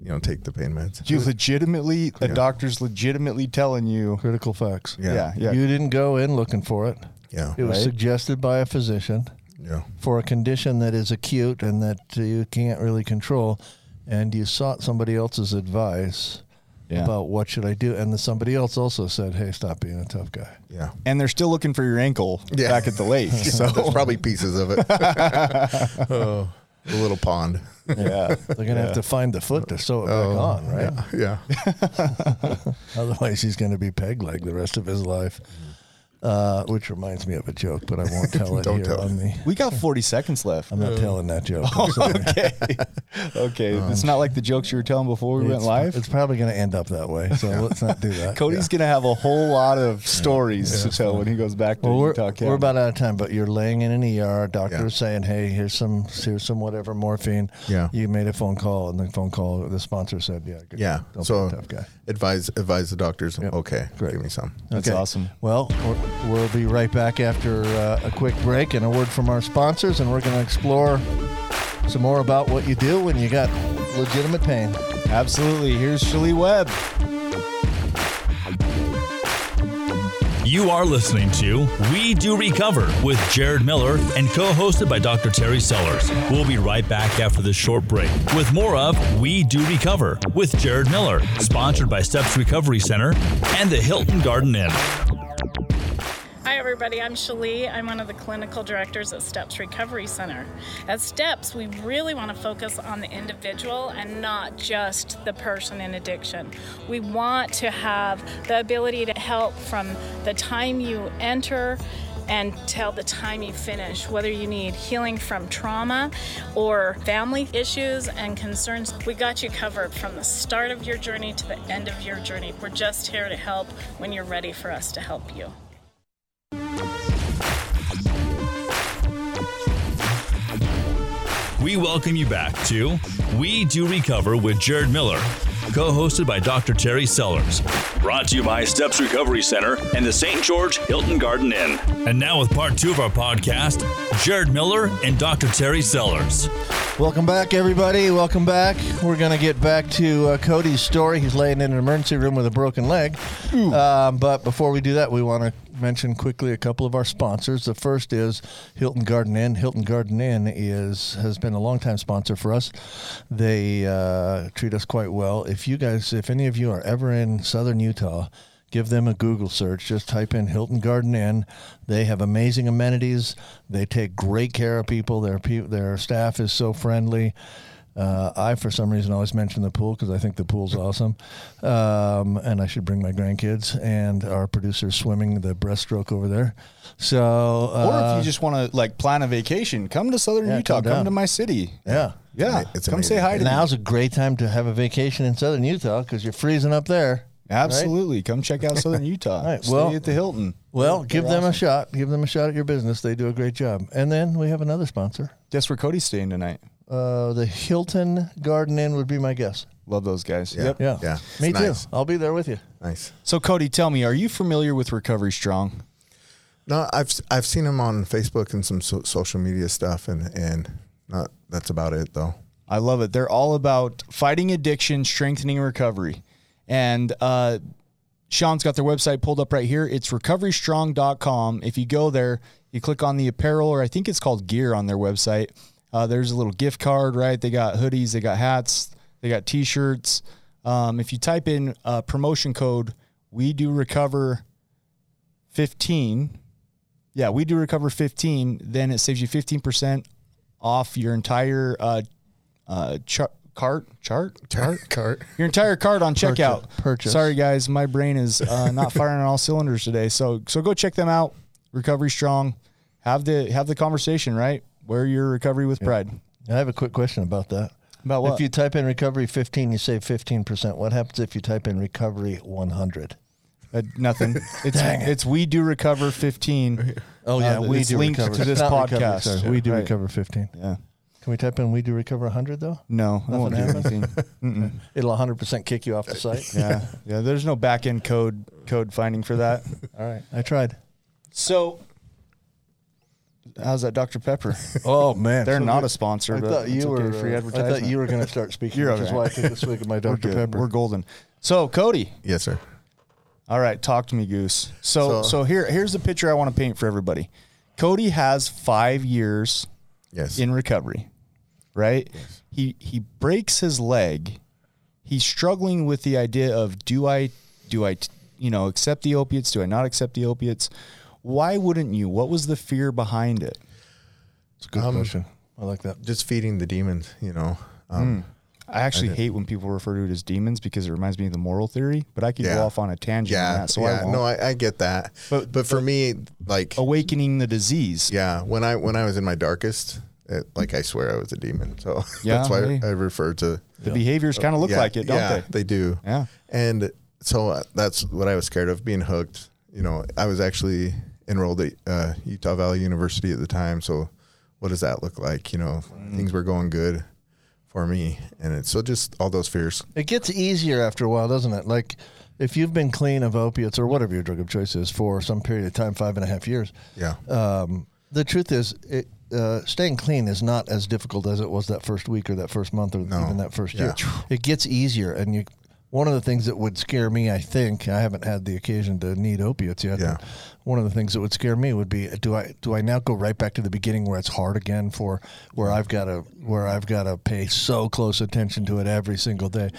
Speaker 8: you know take the pain meds
Speaker 5: you legitimately, a doctor's legitimately telling you.
Speaker 6: Critical facts.
Speaker 5: Yeah,
Speaker 8: Yeah.
Speaker 5: yeah.
Speaker 6: You didn't go in looking for it.
Speaker 8: yeah
Speaker 6: It was suggested by a physician
Speaker 8: yeah
Speaker 6: for a condition that is acute and that you can't really control, and you sought somebody else's advice
Speaker 5: Yeah.
Speaker 6: about what should I do, and then somebody else also said, "Hey, stop being a tough guy."
Speaker 8: yeah
Speaker 5: and they're still looking for your ankle
Speaker 8: Yeah.
Speaker 5: back at the lake. So
Speaker 8: there's probably pieces of it oh the little pond
Speaker 5: yeah,
Speaker 6: They're gonna have to find the foot to sew it back
Speaker 5: Oh.
Speaker 6: on, right?
Speaker 8: yeah Mm-hmm.
Speaker 6: Otherwise, he's gonna be peg leg the rest of his life. uh, which reminds me of a joke, but I won't tell it here
Speaker 8: Don't tell. Uh, Oh,
Speaker 6: on the.
Speaker 5: We got 40 seconds left.
Speaker 6: I'm not telling that joke. I'm sorry.
Speaker 5: okay. Okay. it's not like the jokes you were telling before we went
Speaker 6: Um, It's-
Speaker 5: live.
Speaker 6: It's probably going to end up that way, so let's not do that.
Speaker 5: Cody's going to have a whole lot of stories to tell when he goes back to
Speaker 6: Well, we're,
Speaker 5: Utah County.
Speaker 6: we're about out of time, but you're laying in an ER. Doctor's
Speaker 8: Yeah.
Speaker 6: saying, "Hey, here's some, here's some whatever morphine."
Speaker 8: Yeah.
Speaker 6: You made a phone call, and the phone call, the sponsor said, "Yeah, good.
Speaker 8: Yeah.
Speaker 6: Don't
Speaker 8: so
Speaker 6: be a tough guy."
Speaker 8: advise advise the doctors. Okay,
Speaker 6: Great.
Speaker 8: give me some.
Speaker 5: That's awesome.
Speaker 6: Well, we're- we'll be right back after uh, a quick break and a word from our sponsors, and we're going to explore some more about what you do when you got legitimate pain.
Speaker 5: Absolutely. Here's Shelly Webb.
Speaker 4: You are listening to We Do Recover with Jared Miller and co hosted by Dr. Terry Sellers. We'll be right back after this short break with more of We Do Recover with Jared Miller, sponsored by Steps Recovery Center and the Hilton Garden Inn.
Speaker 9: Hi, everybody. I'm Shalee. I'm one of the clinical directors at STEPS Recovery Center. At STEPS, we really want to focus on the individual and not just the person in addiction. We want to have the ability to help from the time you enter and till the time you finish, whether you need healing from trauma or family issues and concerns. We got you covered from the start of your journey to the end of your journey. We're just here to help when you're ready for us to help you.
Speaker 4: We welcome you back to We Do Recover with Jared Miller, co hosted by Dr. Terry Sellers. Brought to you by Steps Recovery Center and the St. George Hilton Garden Inn. And now, with part two of our podcast, Jared Miller and Dr. Terry Sellers.
Speaker 6: Welcome back, everybody. Welcome back. We're going to get back to uh, Cody's story. He's laying in an emergency room with a broken leg. Um, but before we do that, we want to mention quickly a couple of our sponsors. The first is Hilton Garden Inn. Hilton Garden Inn is has been a longtime sponsor for us. They uh, treat us quite well. If you guys, if any of you are ever in Southern Utah, give them a Google search. Just type in Hilton Garden Inn. They have amazing amenities. They take great care of people. Their pe- their staff is so friendly. Uh, I, for some reason, always mention the pool because I think the pool's awesome, um, and I should bring my grandkids and our producer swimming the breaststroke over there. So,
Speaker 5: Or
Speaker 6: uh,
Speaker 5: if you just want to like plan a vacation, come to Southern
Speaker 6: yeah,
Speaker 5: Utah.
Speaker 6: come
Speaker 5: Come,
Speaker 6: down.
Speaker 5: to my city.
Speaker 6: yeah,
Speaker 5: Yeah,
Speaker 8: It's
Speaker 5: come
Speaker 8: amazing.
Speaker 5: say hi to me.
Speaker 6: now's a great time to have a vacation in Southern Utah because you're freezing up there.
Speaker 5: Absolutely, come check out Southern Utah.
Speaker 6: right,
Speaker 5: Stay
Speaker 6: well-
Speaker 5: at the Hilton.
Speaker 6: Well, give them a shot. Give them a shot at your business. They do a great job. And then we have another sponsor.
Speaker 5: Guess where Cody's staying tonight?
Speaker 6: Uh, the Hilton Garden Inn would be my guess.
Speaker 5: Love those guys.
Speaker 8: Yeah.
Speaker 5: Yep.
Speaker 6: Yeah.
Speaker 8: Yeah,
Speaker 6: Me
Speaker 8: it's
Speaker 6: too.
Speaker 8: nice.
Speaker 6: I'll be there with you.
Speaker 8: Nice.
Speaker 5: So Cody, tell me, are you familiar with Recovery Strong?
Speaker 8: No, I've I've seen him on Facebook and some so, social media stuff, and and not that's about it though.
Speaker 5: I love it. They're all about fighting addiction, strengthening recovery. And uh, Sean's got their website pulled up right here. It's recoverystrong.com. If you go there, you click on the apparel, or I think it's called gear on their website. Uh, there's a little gift card, right? They got hoodies, they got hats, they got t shirts. Um, if you type in uh, promotion code, we do recover 15, yeah, we do recover 15, then it saves you 15% off your entire uh, uh, char- cart, chart,
Speaker 8: Cart cart.
Speaker 5: your entire card on checkout.
Speaker 6: purchase.
Speaker 5: Sorry, guys, my brain is uh, not firing on all cylinders today. So, so go check them out. Recovery strong. Have the have the conversation. Right, wear your recovery with pride.
Speaker 6: I have a quick question about that.
Speaker 5: About what?
Speaker 6: If you type in recovery 15, you save 15%. What happens if you type in recovery 100?
Speaker 5: Uh, nothing. It's it's we do recover fifteen.
Speaker 6: Oh, yeah.
Speaker 5: Uh,
Speaker 6: we
Speaker 5: it's
Speaker 6: do
Speaker 5: linked
Speaker 6: recover.
Speaker 5: to this
Speaker 6: Not recovery,
Speaker 5: podcast.
Speaker 6: sorry. we do
Speaker 5: Right.
Speaker 6: recover 15.
Speaker 5: Yeah.
Speaker 6: Can we type in we do recover 100, though?
Speaker 5: No, I won't do
Speaker 6: happened?
Speaker 5: anything.
Speaker 6: It'll 100% kick you off the site.
Speaker 5: Yeah, yeah. There's no back end code code finding for that.
Speaker 6: All right. I tried.
Speaker 5: So, how's that, Dr Pepper?
Speaker 6: Oh, man.
Speaker 5: They're
Speaker 6: So
Speaker 5: not
Speaker 6: we-
Speaker 5: a sponsor.
Speaker 6: I
Speaker 5: but
Speaker 6: thought
Speaker 5: it's
Speaker 6: you
Speaker 5: okay,
Speaker 6: were.
Speaker 5: free
Speaker 6: uh, I thought
Speaker 5: advertisement.
Speaker 6: you were going to start speaking,
Speaker 5: You're
Speaker 6: which is
Speaker 5: all
Speaker 6: why I
Speaker 5: right.
Speaker 6: took a swig of my Dr.
Speaker 5: Good.
Speaker 6: Pepper.
Speaker 5: We're golden. So Cody,
Speaker 8: Yes, sir.
Speaker 5: all right, talk to me, Goose. So so,
Speaker 8: So-
Speaker 5: here here's the picture I want to paint for everybody. Cody has five years
Speaker 8: Yes.
Speaker 5: in recovery, right? He he breaks his leg. He's struggling with the idea of do I do I you know accept the opiates? Do I not accept the opiates? Why wouldn't you? What was the fear behind it?
Speaker 6: Um, It's a good question. I like that.
Speaker 8: just feeding the demons, you know. Um,
Speaker 5: I actually hate when people refer to it as demons because it reminds me of the moral theory, but I could go
Speaker 8: Yeah.
Speaker 5: off on a tangent on
Speaker 8: Yeah,
Speaker 5: that, so I
Speaker 8: yeah.
Speaker 5: won't.
Speaker 8: no, I, I get that.
Speaker 5: But- Oh.
Speaker 8: But but for me, like
Speaker 5: Awakening the disease.
Speaker 8: yeah, when I when I was in my darkest, it, like I swear I was a demon. So
Speaker 5: Yeah,
Speaker 8: that's why
Speaker 5: hey.
Speaker 8: I refer to
Speaker 5: The behaviors kind of look
Speaker 8: yeah,
Speaker 5: like it, don't
Speaker 8: yeah,
Speaker 5: they?
Speaker 8: do.
Speaker 5: Yeah.
Speaker 8: And so uh, that's what I was scared of being hooked. You know, I was actually enrolled at uh, Utah Valley University at the time. So what does that look like? You know, things were going good for me, and it's so just all those fears.
Speaker 6: It gets easier after a while, doesn't it? Like if you've been clean of opiates or whatever your drug of choice is for some period of time, five and a half years.
Speaker 8: Yeah.
Speaker 6: Um, the truth is, it, uh, staying clean is not as difficult as it was that first week or that first month or even that first year. It gets easier, and you. One of the things that would scare me, I think, I haven't had the occasion to need opiates yet.
Speaker 8: Yeah.
Speaker 6: One of the things that would scare me would be do I do I now go right back to the beginning where it's hard again for where I've got to where I've got to pay so close attention to it every single day.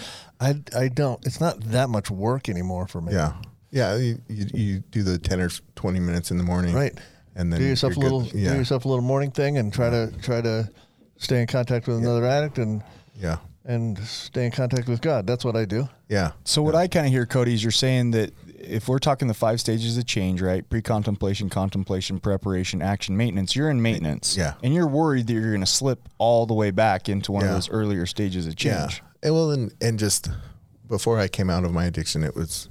Speaker 6: I, I don't. It's not that much work anymore for me.
Speaker 8: Yeah. Yeah. You, you, you do the 10 or 20 minutes in the morning.
Speaker 6: Right.
Speaker 8: And then
Speaker 6: do yourself a
Speaker 8: you're good.
Speaker 6: little
Speaker 8: Yeah.
Speaker 6: do yourself a little morning thing and try to try to stay in contact with another addict and
Speaker 8: Yeah.
Speaker 6: and stay in contact with God. That's what I do.
Speaker 8: Yeah.
Speaker 5: So what I kind of hear, Cody, is you're saying that if we're talking the five stages of change, right? Pre-contemplation, contemplation, preparation, action, maintenance. You're in maintenance,
Speaker 8: Yeah.
Speaker 5: and you're worried that you're going to slip all the way back into one of
Speaker 8: Yeah.
Speaker 5: those earlier stages of change.
Speaker 8: Yeah. And well, and, and just before I came out of my addiction, it was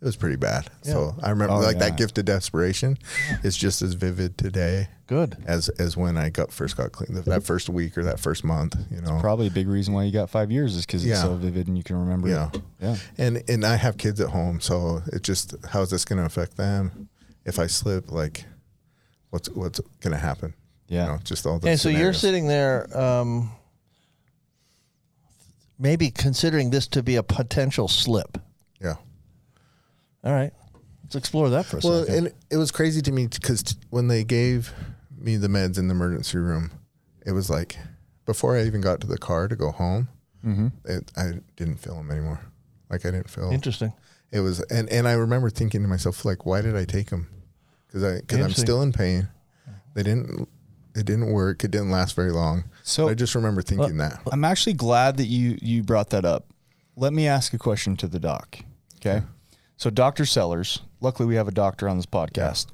Speaker 8: it was pretty bad. So I remember
Speaker 5: Oh,
Speaker 8: like
Speaker 5: yeah.
Speaker 8: that gift of desperation is just as vivid today
Speaker 6: Good.
Speaker 8: as as when I got first got clean that first week or that first month. You know.
Speaker 5: Probably a big reason why you got five years is because it's
Speaker 8: Yeah.
Speaker 5: so vivid and you can remember.
Speaker 8: Yeah.
Speaker 5: It. Yeah.
Speaker 8: And and I have kids at home, so it just how's this going to affect them if I slip? Like, what's what's going to happen?
Speaker 5: Yeah.
Speaker 8: You know, just all those.
Speaker 6: And so you're
Speaker 8: scenarios.
Speaker 6: sitting there, um, maybe considering this to be a potential slip.
Speaker 8: Yeah.
Speaker 6: All right, let's explore that for a
Speaker 8: Well,
Speaker 6: second.
Speaker 8: and it was crazy to me because t- when they gave me the meds in the emergency room, it was like before I even got to the car to go home,
Speaker 6: Mm-hmm.
Speaker 8: it, I didn't feel them anymore. Like I didn't feel.
Speaker 6: Interesting.
Speaker 8: It was, and and I remember thinking to myself, like, why did I take them? Because I because I'm
Speaker 6: Interesting.
Speaker 8: still in pain. They didn't. It didn't work. It didn't last very long.
Speaker 5: So-
Speaker 8: So I just remember thinking that.
Speaker 5: I'm actually glad that you you brought that up. Let me ask a question to the doc. Okay. So Dr. Sellers, luckily we have a doctor on this podcast.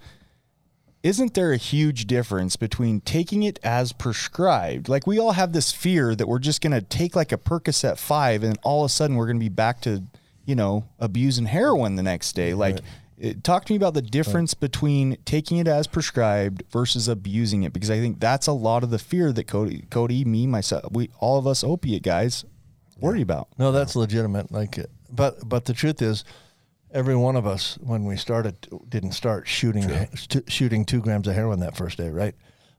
Speaker 5: Isn't there a huge difference between taking it as prescribed? Like we all have this fear that we're just going to take like a Percocet 5 and all of a sudden we're going to be back to, you know, abusing heroin the next day. Like it, talk to me about the difference between taking it as prescribed versus abusing it because I think that's a lot of the fear that Cody Cody, me, myself, we all of us opiate guys worry about.
Speaker 6: No, that's legitimate. Like, but but the truth is, every one of us when we started didn't start shooting st- shooting two grams of heroin that first day, right?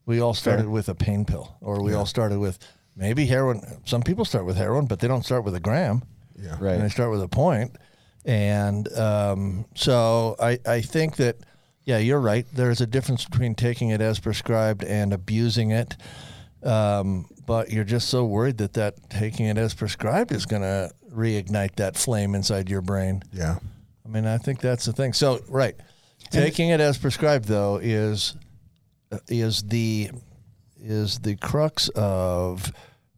Speaker 6: We all started with a pain pill, or we all started with maybe heroin. Some people start with heroin, but they don't start with a gram. Yeah,
Speaker 5: Right.
Speaker 6: And they start with a point. And um, so I I think that yeah, you're right. There's a difference between taking it as prescribed and abusing it um, but you're just so worried that that taking it as prescribed is going to reignite that flame inside your brain.
Speaker 8: yeah.
Speaker 6: I mean, I think that's the thing. So, right, taking it as prescribed though is uh, is the is the crux of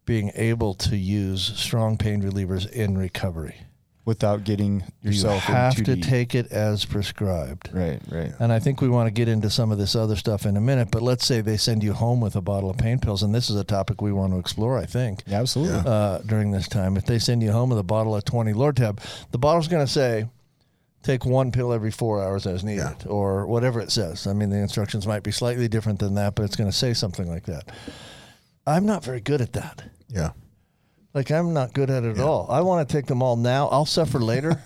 Speaker 6: being able to use strong pain relievers in recovery.
Speaker 5: without getting
Speaker 6: You
Speaker 5: yourself in
Speaker 6: have
Speaker 5: too
Speaker 6: to
Speaker 5: deep.
Speaker 6: take it as prescribed.
Speaker 5: right right
Speaker 6: And I think we want to get into some of this other stuff in a minute, but let's say they send you home with a bottle of pain pills, and this is a topic we want to explore, I think.
Speaker 5: yeah, absolutely
Speaker 6: uh, during this time. If they send you home with a bottle of 20 Lortab, the bottle's going to say, take one pill every four hours as needed, or whatever it says. I mean, the instructions might be slightly different than that, but it's going to say something like that. I'm not very good at that.
Speaker 8: Yeah.
Speaker 6: Like, I'm not good at it at all. I want to take them all now. I'll suffer later,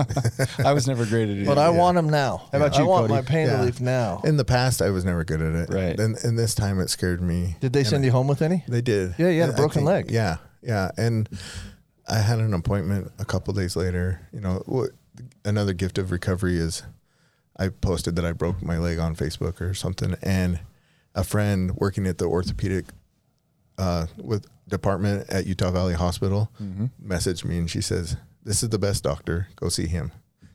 Speaker 5: I was never great at it
Speaker 6: but I want them now. How
Speaker 5: about
Speaker 6: I
Speaker 5: you,
Speaker 6: want
Speaker 5: Cody?
Speaker 6: my pain
Speaker 8: Yeah.
Speaker 6: relief now.
Speaker 8: In the past, I was never good at it.
Speaker 5: Right.
Speaker 8: And and this time, it scared me.
Speaker 6: Did they send you home with any?
Speaker 8: They did.
Speaker 6: Yeah, you had a
Speaker 8: I
Speaker 6: broken leg.
Speaker 8: Yeah, yeah, and I had an appointment a couple days later. You know, what, another gift of recovery is I posted that I broke my leg on Facebook or something, and a friend working at the orthopedic uh, with department at Utah Valley Hospital
Speaker 6: Mm-hmm.
Speaker 8: messaged me, and she says, "This is the best doctor. Go see him.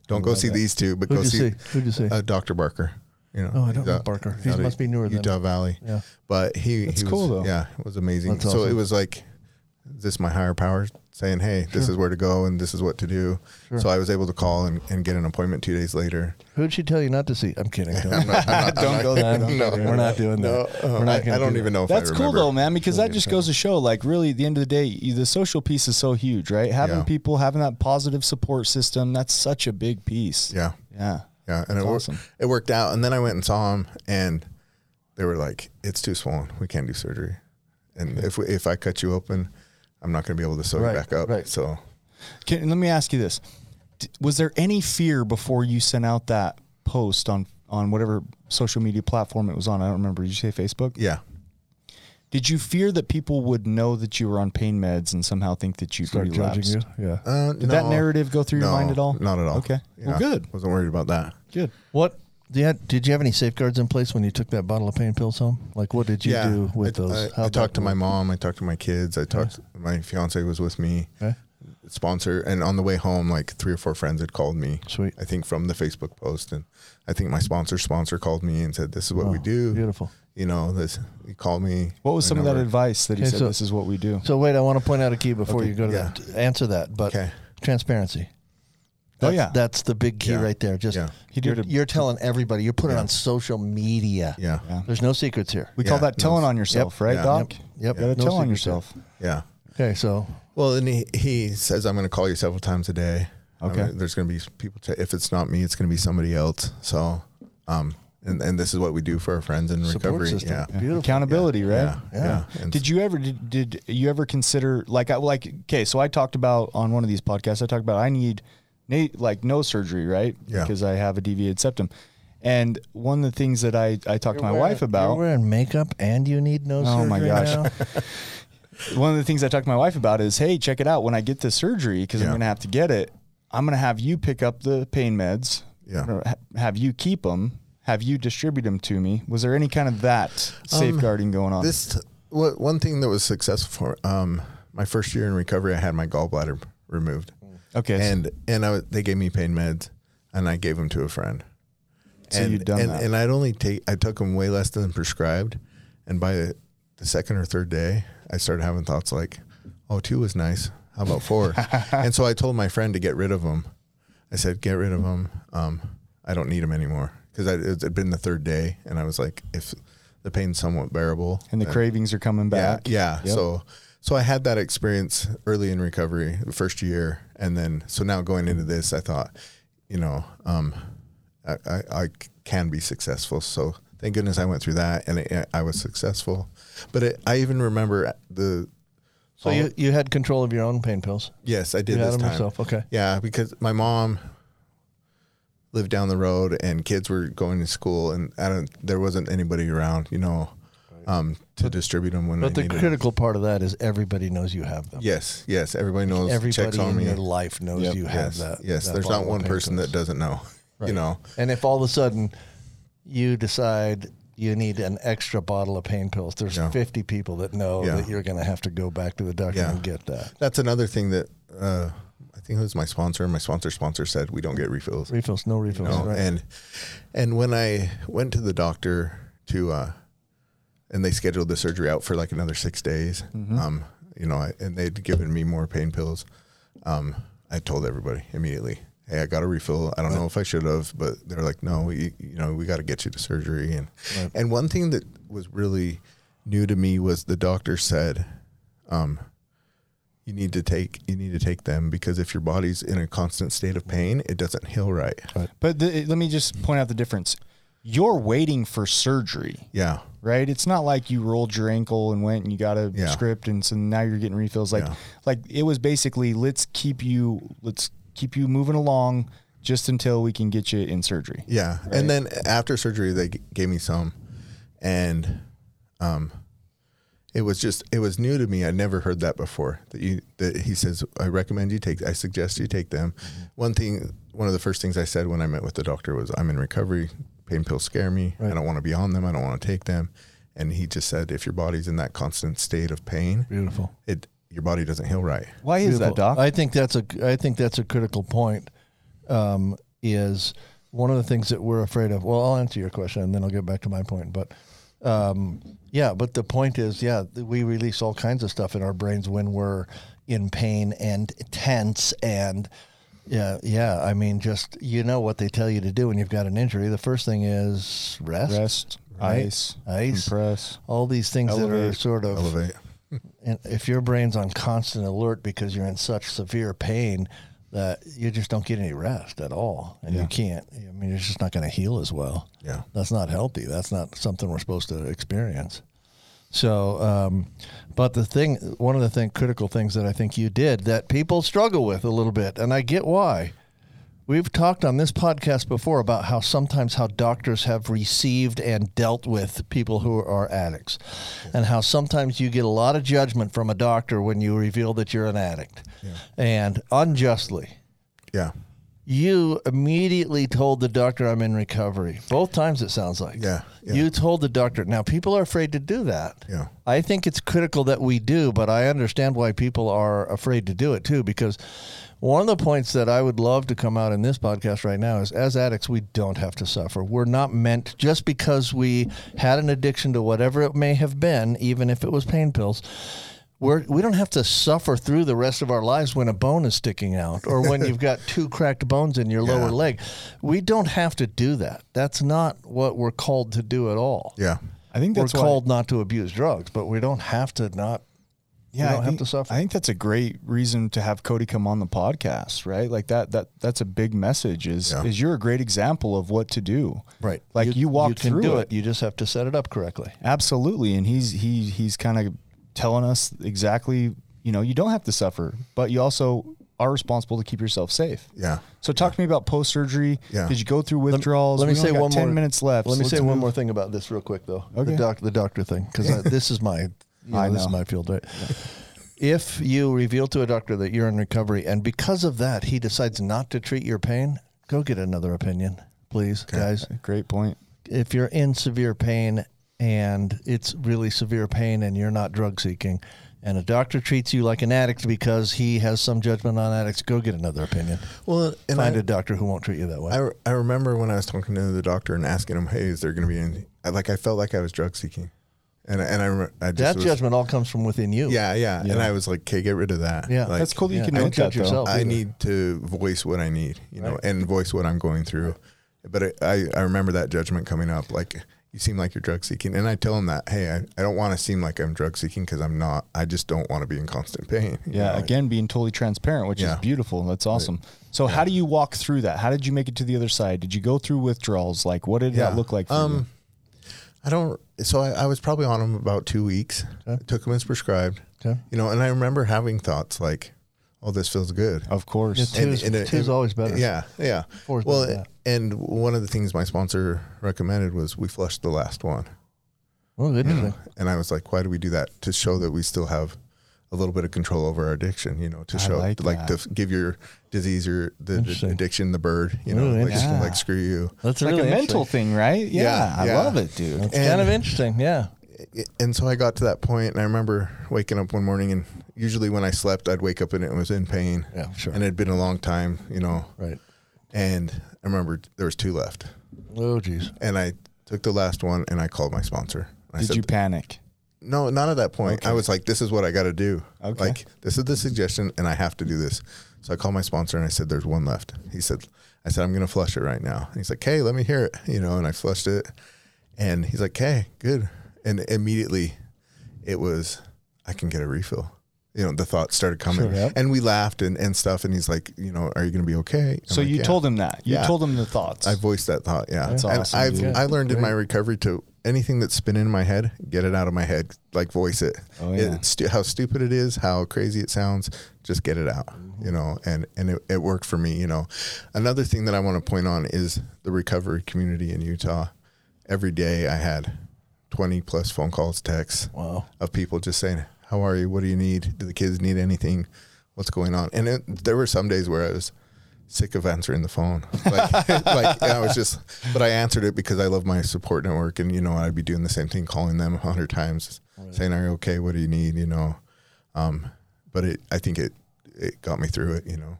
Speaker 8: Don't go see these two, but
Speaker 6: Who'd
Speaker 8: go
Speaker 6: you
Speaker 8: see
Speaker 6: see? Who'd you see?
Speaker 8: Uh, Dr. Barker." You know,
Speaker 6: Oh, I don't
Speaker 8: he's
Speaker 6: know
Speaker 8: out-
Speaker 6: Barker.
Speaker 8: he's
Speaker 6: He
Speaker 8: out of
Speaker 6: must be newer than-
Speaker 8: Utah Valley.
Speaker 6: Yeah.
Speaker 8: But he,
Speaker 5: That's
Speaker 8: he was,
Speaker 5: cool, though.
Speaker 8: Yeah, it was amazing.
Speaker 6: That's
Speaker 8: so
Speaker 6: awesome.
Speaker 8: it was like this my higher power saying, "Hey, this is where to go and this is what to do." So I was able to call and, and get an appointment two days later.
Speaker 6: Who'd she tell you not to see? I'm kidding. Don't-
Speaker 5: Don't go there.
Speaker 6: I'm kidding. We're not doing
Speaker 8: No,
Speaker 6: that.
Speaker 8: uh,
Speaker 6: We're not
Speaker 8: I,
Speaker 6: gonna
Speaker 8: I don't
Speaker 6: do
Speaker 8: even
Speaker 6: that.
Speaker 8: know if
Speaker 5: That's
Speaker 8: I
Speaker 5: cool
Speaker 8: remember.
Speaker 5: though, man, because that just
Speaker 8: Really
Speaker 5: goes to show, like, really, at the end of the day, you, the social piece is so huge, right? Having
Speaker 8: Yeah.
Speaker 5: people having that positive support system, that's such a big piece.
Speaker 8: Yeah,
Speaker 5: Yeah.
Speaker 8: yeah, and it worked.
Speaker 5: awesome.
Speaker 8: It worked out. And then I went and saw him, and they were like, "It's too swollen. We can't do surgery. And if we, if I cut you open, I'm not going to be able to sew
Speaker 6: Right,
Speaker 8: you back up."
Speaker 6: right.
Speaker 8: So
Speaker 5: Can, let me ask you this: D- Was there any fear before you sent out that post on on whatever social media platform it was on? I don't remember. Did you say Facebook?
Speaker 8: yeah,
Speaker 5: Did you fear that people would know that you were on pain meds and somehow think that you
Speaker 6: Start judging
Speaker 5: relapsed?
Speaker 6: you. Yeah.
Speaker 8: uh,
Speaker 5: Did that narrative go through your
Speaker 8: no,
Speaker 5: mind at all?
Speaker 8: Not at all.
Speaker 5: Okay.
Speaker 8: Yeah,
Speaker 5: Well, good.
Speaker 8: Wasn't worried about that.
Speaker 5: Good.
Speaker 6: What? Yeah, did you have any safeguards in place when you took that bottle of pain pills home? Like, what did you do with
Speaker 8: I,
Speaker 6: those?
Speaker 8: I, I
Speaker 6: How'd that
Speaker 8: talked to my
Speaker 6: work?
Speaker 8: mom. I talked to my kids. I talked. My fiance was with me.
Speaker 6: Okay.
Speaker 8: Sponsor. And on the way home, like three or four friends had called me.
Speaker 6: Sweet.
Speaker 8: I think from the Facebook post, and I think my sponsor sponsor called me and said, "This is what we
Speaker 6: Oh,
Speaker 8: do."
Speaker 6: beautiful.
Speaker 8: You know, this. He called me.
Speaker 5: What was
Speaker 8: my
Speaker 5: some of that
Speaker 8: number.
Speaker 5: advice that he
Speaker 6: Okay,
Speaker 5: said?
Speaker 6: so-
Speaker 5: this is what we do.
Speaker 6: So wait, I want to point out a key before you go to
Speaker 8: yeah.
Speaker 6: that. Answer that, but
Speaker 8: Okay.
Speaker 6: transparency.
Speaker 5: Oh,
Speaker 6: That's,
Speaker 5: yeah.
Speaker 6: that's the big key
Speaker 8: Yeah.
Speaker 6: right there. Just
Speaker 8: Yeah.
Speaker 5: He did
Speaker 6: you're,
Speaker 5: a-
Speaker 6: you're telling everybody. You're putting it on social media.
Speaker 8: Yeah. Yeah.
Speaker 6: There's no secrets here.
Speaker 5: we call
Speaker 8: yeah,
Speaker 5: that
Speaker 8: no,
Speaker 5: telling on yourself, right,
Speaker 8: yeah.
Speaker 5: Doc?
Speaker 6: Yep, yep.
Speaker 5: You gotta
Speaker 6: No
Speaker 5: tell on
Speaker 6: secrets there.
Speaker 5: yourself.
Speaker 6: Okay, so
Speaker 8: Well, and he, he says, "I'm going to call you several times a day." I
Speaker 5: Okay.
Speaker 8: mean, there's going to be people. T- if it's not me, it's going to be somebody else. So, um, and, and this is what we do for our friends in recovery.
Speaker 6: system.
Speaker 8: Yeah.
Speaker 6: Yeah. Beautiful.
Speaker 5: Accountability, right?
Speaker 8: Yeah. Yeah. And
Speaker 5: Did you ever did, did you ever consider like I like okay, so I talked about on one of these podcasts, I talked about I need na- like no surgery, right?
Speaker 8: Yeah.
Speaker 5: Because I have a deviated septum. And one of the things that I, I talked to my wife
Speaker 6: you're
Speaker 5: about
Speaker 6: wearing makeup and you need no
Speaker 5: Oh,
Speaker 6: surgery
Speaker 5: my gosh.
Speaker 6: now?
Speaker 5: one of the things I talked to my wife about is, hey, check it out. When I get this surgery, because I'm
Speaker 8: Yeah.
Speaker 5: going to have to get it, I'm going to have you pick up the pain meds.
Speaker 8: Yeah.
Speaker 5: I'm gonna ha- Have you keep them? Have you distribute them to me? Was there any kind of that safeguarding going on?
Speaker 8: Um, This what one thing that was successful for um my first year in recovery, I had my gallbladder removed,
Speaker 5: okay. so-
Speaker 8: and and I, was- they gave me pain meds, and I gave them to a friend.
Speaker 5: So
Speaker 8: and,
Speaker 5: you'd done
Speaker 8: and,
Speaker 5: that.
Speaker 8: and I'd only take I took them way less than prescribed, and by the, the second or third day, I started having thoughts like, "Oh, two was nice. How about four? and so I told my friend to get rid of them. I said, "Get rid of them. Um, I don't need them anymore." Because it had been the third day, and I was like, "If the pain's somewhat bearable,
Speaker 5: and the
Speaker 8: then-
Speaker 5: cravings are coming back.
Speaker 8: uh, yeah. Yeah.
Speaker 5: Yep.
Speaker 8: So so I had that experience early in recovery, the first year, and then so now going into this, I thought, you know, um, I, I, I can be successful. So thank goodness I went through that, and it, I was successful. But it, I even remember the
Speaker 6: So you, you had control of your own pain pills.
Speaker 8: yes, I did
Speaker 6: You had
Speaker 8: this
Speaker 6: them
Speaker 8: time.
Speaker 6: yourself, okay.
Speaker 8: Yeah, because my mom lived down the road, and kids were going to school, and I don't. There wasn't anybody around, you know. Um, to distribute them when I
Speaker 6: But the
Speaker 8: needed 'em.
Speaker 6: critical part of that is everybody knows you have them.
Speaker 8: Yes, yes. Everybody knows. checks
Speaker 6: Everybody
Speaker 8: on
Speaker 6: in
Speaker 8: me.
Speaker 6: your life knows
Speaker 5: Yep.
Speaker 6: you have
Speaker 8: yes,
Speaker 6: that.
Speaker 8: yes.
Speaker 6: that
Speaker 8: There's
Speaker 6: bottle
Speaker 8: not
Speaker 6: of
Speaker 8: one
Speaker 6: pain
Speaker 8: person
Speaker 6: pills.
Speaker 8: that doesn't know. You know.
Speaker 6: And if all of a sudden you decide you need an extra bottle of pain pills, there's
Speaker 8: Yeah.
Speaker 6: 50 people that know
Speaker 8: Yeah.
Speaker 6: that you're going to have to go back to the doctor
Speaker 8: Yeah.
Speaker 6: and get that.
Speaker 8: That's another thing that uh, I think it was my sponsor. My sponsor sponsor said we don't get refills.
Speaker 6: Refills, no refills.
Speaker 8: No,
Speaker 6: right.
Speaker 8: and and when I went to the doctor to uh, and they scheduled the surgery out for like another six days. Um, you know, I, and they'd given me more pain pills. Um, I told everybody immediately, "Hey, I got a refill. I don't know if I should have, but they're like, no, you, you know, we got to get you to surgery." And and one thing that was really new to me was the doctor said, um, "You need to take you need to take them because if your body's in a constant state of pain, it doesn't heal right."
Speaker 5: But the, let me just point out the difference. You're waiting for surgery,
Speaker 8: Yeah.
Speaker 5: right? It's not like you rolled your ankle and went and you got a
Speaker 8: Yeah.
Speaker 5: script, and so now you're getting refills. Like,
Speaker 8: Yeah.
Speaker 5: like it was basically let's keep you let's keep you moving along just until we can get you in surgery.
Speaker 8: Yeah, and then after surgery, they g- gave me some, and um, it was just it was new to me. I never heard that before. That you that he says I recommend you take. I suggest you take them. One thing, one of the first things I said when I met with the doctor was, "I'm in recovery. Pain pills scare me. I don't want to be on them. I don't want to take them." And he just said, "If your body's in that constant state of pain,
Speaker 6: Beautiful.
Speaker 8: it your body doesn't heal right."
Speaker 5: Why is that,
Speaker 6: Beautiful.
Speaker 5: Doc?
Speaker 6: I think that's a I think that's a critical point. Um, is one of the things that we're afraid of. Well, I'll answer your question and then I'll get back to my point. But um, Yeah, but the point is, yeah, th- we release all kinds of stuff in our brains when we're in pain and tense and yeah, yeah. I mean, just you know what they tell you to do when you've got an injury. The first thing is rest,
Speaker 5: Rest,
Speaker 6: right?
Speaker 5: ice,
Speaker 6: ice,
Speaker 5: compress.
Speaker 6: all these things that are
Speaker 5: Elevate.
Speaker 6: sort of
Speaker 8: Elevate.
Speaker 6: and if your brain's on constant alert because you're in such severe pain that you just don't get any rest at all and you can't i mean it's just not going to heal as well
Speaker 8: Yeah.
Speaker 6: that's not healthy that's not something we're supposed to experience so um, but the thing one of the thing critical things that i think you did that people struggle with a little bit and i get why We've talked on this podcast before about how sometimes how doctors have received and dealt with people who are addicts, and how sometimes you get a lot of judgment from a doctor when you reveal that you're an addict, and unjustly.
Speaker 8: Yeah.
Speaker 6: You immediately told the doctor I'm in recovery. Both times it sounds like.
Speaker 8: Yeah, yeah.
Speaker 6: You told the doctor. Now people are afraid to do that.
Speaker 8: Yeah.
Speaker 6: I think it's critical that we do, but I understand why people are afraid to do it too because one of the points that I would love to come out in this podcast right now is as addicts we don't have to suffer. We're not meant just because we had an addiction to whatever it may have been, even if it was pain pills, we're, we don't have to suffer through the rest of our lives when a bone is sticking out or when you've got two cracked bones in your lower leg. We don't have to do that. That's not what we're called to do at all.
Speaker 8: Yeah.
Speaker 5: I think
Speaker 6: We're
Speaker 5: that's why-
Speaker 6: called not to abuse drugs, but we don't have to not.
Speaker 5: yeah,
Speaker 6: don't
Speaker 5: I
Speaker 6: have
Speaker 5: think,
Speaker 6: to suffer.
Speaker 5: I think that's a great reason to have Cody come on the podcast, right? Like that that that's a big message is is you're a great example of what to do.
Speaker 6: Right.
Speaker 5: Like you, walked
Speaker 6: can
Speaker 5: through
Speaker 6: do
Speaker 5: it.
Speaker 6: You just have to set it up correctly.
Speaker 5: Absolutely. And he's he he's kind of telling us exactly, you know, you don't have to suffer, but you also are responsible to keep yourself safe.
Speaker 8: Yeah.
Speaker 5: So talk to me about post surgery.
Speaker 8: Yeah.
Speaker 5: Did you go through withdrawals?
Speaker 6: Let me
Speaker 5: We only
Speaker 6: say
Speaker 5: got
Speaker 6: one
Speaker 5: ten
Speaker 6: more.
Speaker 5: minutes left.
Speaker 6: Let me
Speaker 5: so
Speaker 6: say
Speaker 5: let's
Speaker 6: one
Speaker 5: move-
Speaker 6: more thing about this real quick, though.
Speaker 5: Okay.
Speaker 6: The doc, the doctor thing, because this is my, you know,
Speaker 5: I
Speaker 6: this is
Speaker 5: know.
Speaker 6: my field, right? If you reveal to a doctor that you're in recovery, and because of that he decides not to treat your pain, go get another opinion, please, guys.
Speaker 5: Great point.
Speaker 6: If you're in severe pain and it's really severe pain, and you're not drug seeking. And a doctor treats you like an addict because he has some judgment on addicts. Go get another opinion.
Speaker 8: Well, and
Speaker 6: Find
Speaker 8: I,
Speaker 6: a doctor who won't treat you that way.
Speaker 8: I, re- I remember when I was talking to the doctor and asking him, "Hey, is there going to be any?" I, like I felt like I was drug seeking, and I- and I remember I just
Speaker 6: that
Speaker 8: was-
Speaker 6: judgment all comes from within you.
Speaker 8: Yeah, yeah, and I was like, "Okay, get rid of that."
Speaker 6: Yeah.
Speaker 8: Like,
Speaker 5: That's cool that you
Speaker 6: yeah,
Speaker 5: can
Speaker 6: don't
Speaker 5: admit that,
Speaker 6: judge
Speaker 5: though.
Speaker 6: yourself.
Speaker 8: I
Speaker 6: either.
Speaker 8: need to voice what I need, you know, and voice what I'm going through. But I, I, I remember that judgment coming up, like you seem like you're drug seeking, and I tell him that, hey, I, I don't want to seem like I'm drug seeking because I'm not. I just don't want to be in constant pain. you
Speaker 5: Yeah,
Speaker 8: know?
Speaker 5: again, being totally transparent, which
Speaker 8: Yeah.
Speaker 5: is beautiful. That's awesome. So, how do you walk through that? How did you make it to the other side? Did you go through withdrawals? Like, what did that
Speaker 8: Yeah.
Speaker 5: look like for
Speaker 8: Um, I don't. So I, I was probably on him about two weeks. I took him as prescribed.
Speaker 6: Okay.
Speaker 8: You know, and I remember having thoughts like, "Oh, this feels good."
Speaker 5: you? Of course.
Speaker 6: Yeah, two's, two's always better.
Speaker 8: Yeah, yeah.
Speaker 6: Four's
Speaker 8: well,
Speaker 6: better, yeah.
Speaker 8: and one of the things my sponsor recommended was we flush the last one,
Speaker 6: Well, interesting.
Speaker 8: and I was like, "Why do we do that? To show that we still have." A little bit of control over our addiction, you know, to show
Speaker 5: like
Speaker 8: like,
Speaker 5: that.
Speaker 8: to f- give your disease or the d-
Speaker 6: Interesting.
Speaker 8: addiction the bird, you know,
Speaker 6: Ooh,
Speaker 8: like,
Speaker 6: interesting.
Speaker 8: like screw you.
Speaker 6: That's
Speaker 5: like
Speaker 6: really
Speaker 5: a mental
Speaker 6: interesting.
Speaker 5: thing, right? Yeah,
Speaker 8: Yeah,
Speaker 5: I
Speaker 8: yeah.
Speaker 5: love it, dude.
Speaker 6: It's kind of interesting. Yeah.
Speaker 8: and so I got to that point, and I remember waking up one morning, and usually when I slept, I'd wake up and it was in pain.
Speaker 6: Yeah, sure.
Speaker 8: And it had been a long time, you know.
Speaker 6: Right.
Speaker 8: And I remember there was two left,
Speaker 6: Oh, geez.
Speaker 8: and I took the last one, and I called my sponsor. I
Speaker 5: Did
Speaker 8: said,
Speaker 5: you panic?
Speaker 8: No, not at that point. I was like, "This is what I got to do.
Speaker 5: Okay.
Speaker 8: Like, this is the suggestion, and I have to do this." So I called my sponsor, and I said, "There's one left." He said, "I said I'm going to flush it right now." And he's like, "Hey, let me hear it," you know. And I flushed it, and he's like, "Hey, good." And immediately, it was, "I can get a refill." You know, the thoughts started coming, and we laughed and, and stuff. And he's like, "You know, are you going to be okay?" I'm
Speaker 5: So
Speaker 8: like,
Speaker 5: you
Speaker 8: "Yeah."
Speaker 5: told him that. You
Speaker 8: Yeah.
Speaker 5: told him the thoughts.
Speaker 8: I voiced that thought. Yeah,
Speaker 5: That's
Speaker 8: and
Speaker 5: awesome,
Speaker 8: I've
Speaker 5: dude.
Speaker 8: I learned in my recovery to anything that's been in my head, get it out of my head. Like voice it.
Speaker 5: Oh, yeah.
Speaker 8: It's stu- how stupid it is, how crazy it sounds. Just get it out. You know, and and it, it worked for me. You know, another thing that I want to point on is the recovery community in Utah. Every day I had twenty plus phone calls, texts of people just saying, "How are you? What do you need? Do the kids need anything? What's going on?" And it, there were some days where I was sick of answering the phone. Like, like I was just, but I answered it because I love my support network, and you know I'd be doing the same thing, calling them a hundred times, saying, "Are you okay? What do you need?" You know, um, but it, I think it, it got me through it. You know,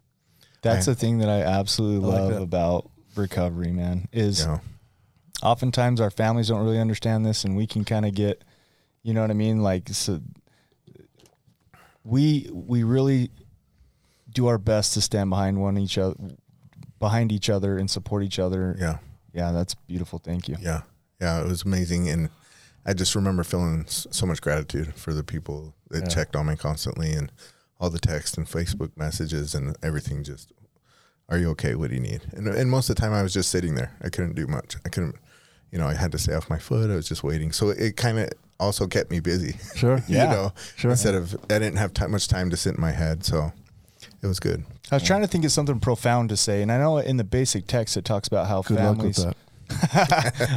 Speaker 5: That's the thing that I absolutely love about recovery, man. Is
Speaker 8: you know,
Speaker 5: oftentimes our families don't really understand this and we can kind of get you know what i mean like so we we really do our best to stand behind one each other behind each other and support each other
Speaker 8: Yeah.
Speaker 5: yeah that's beautiful thank you
Speaker 8: Yeah. Yeah. It was amazing. And I just remember feeling s- so much gratitude for the people that checked on me constantly and all the text and Facebook messages and everything. Just, are you okay? What do you need? And, and most of the time I was just sitting there. I couldn't do much. I couldn't, you know, I had to stay off my foot. I was just waiting. So it kind of also kept me busy.
Speaker 6: Sure.
Speaker 5: Yeah.
Speaker 8: you know, instead of, I didn't have ti- much time to sit in my head. So it was good.
Speaker 5: I was trying to think of something profound to say, and I know in the basic text it talks about how
Speaker 6: Good luck with
Speaker 5: families.
Speaker 6: that.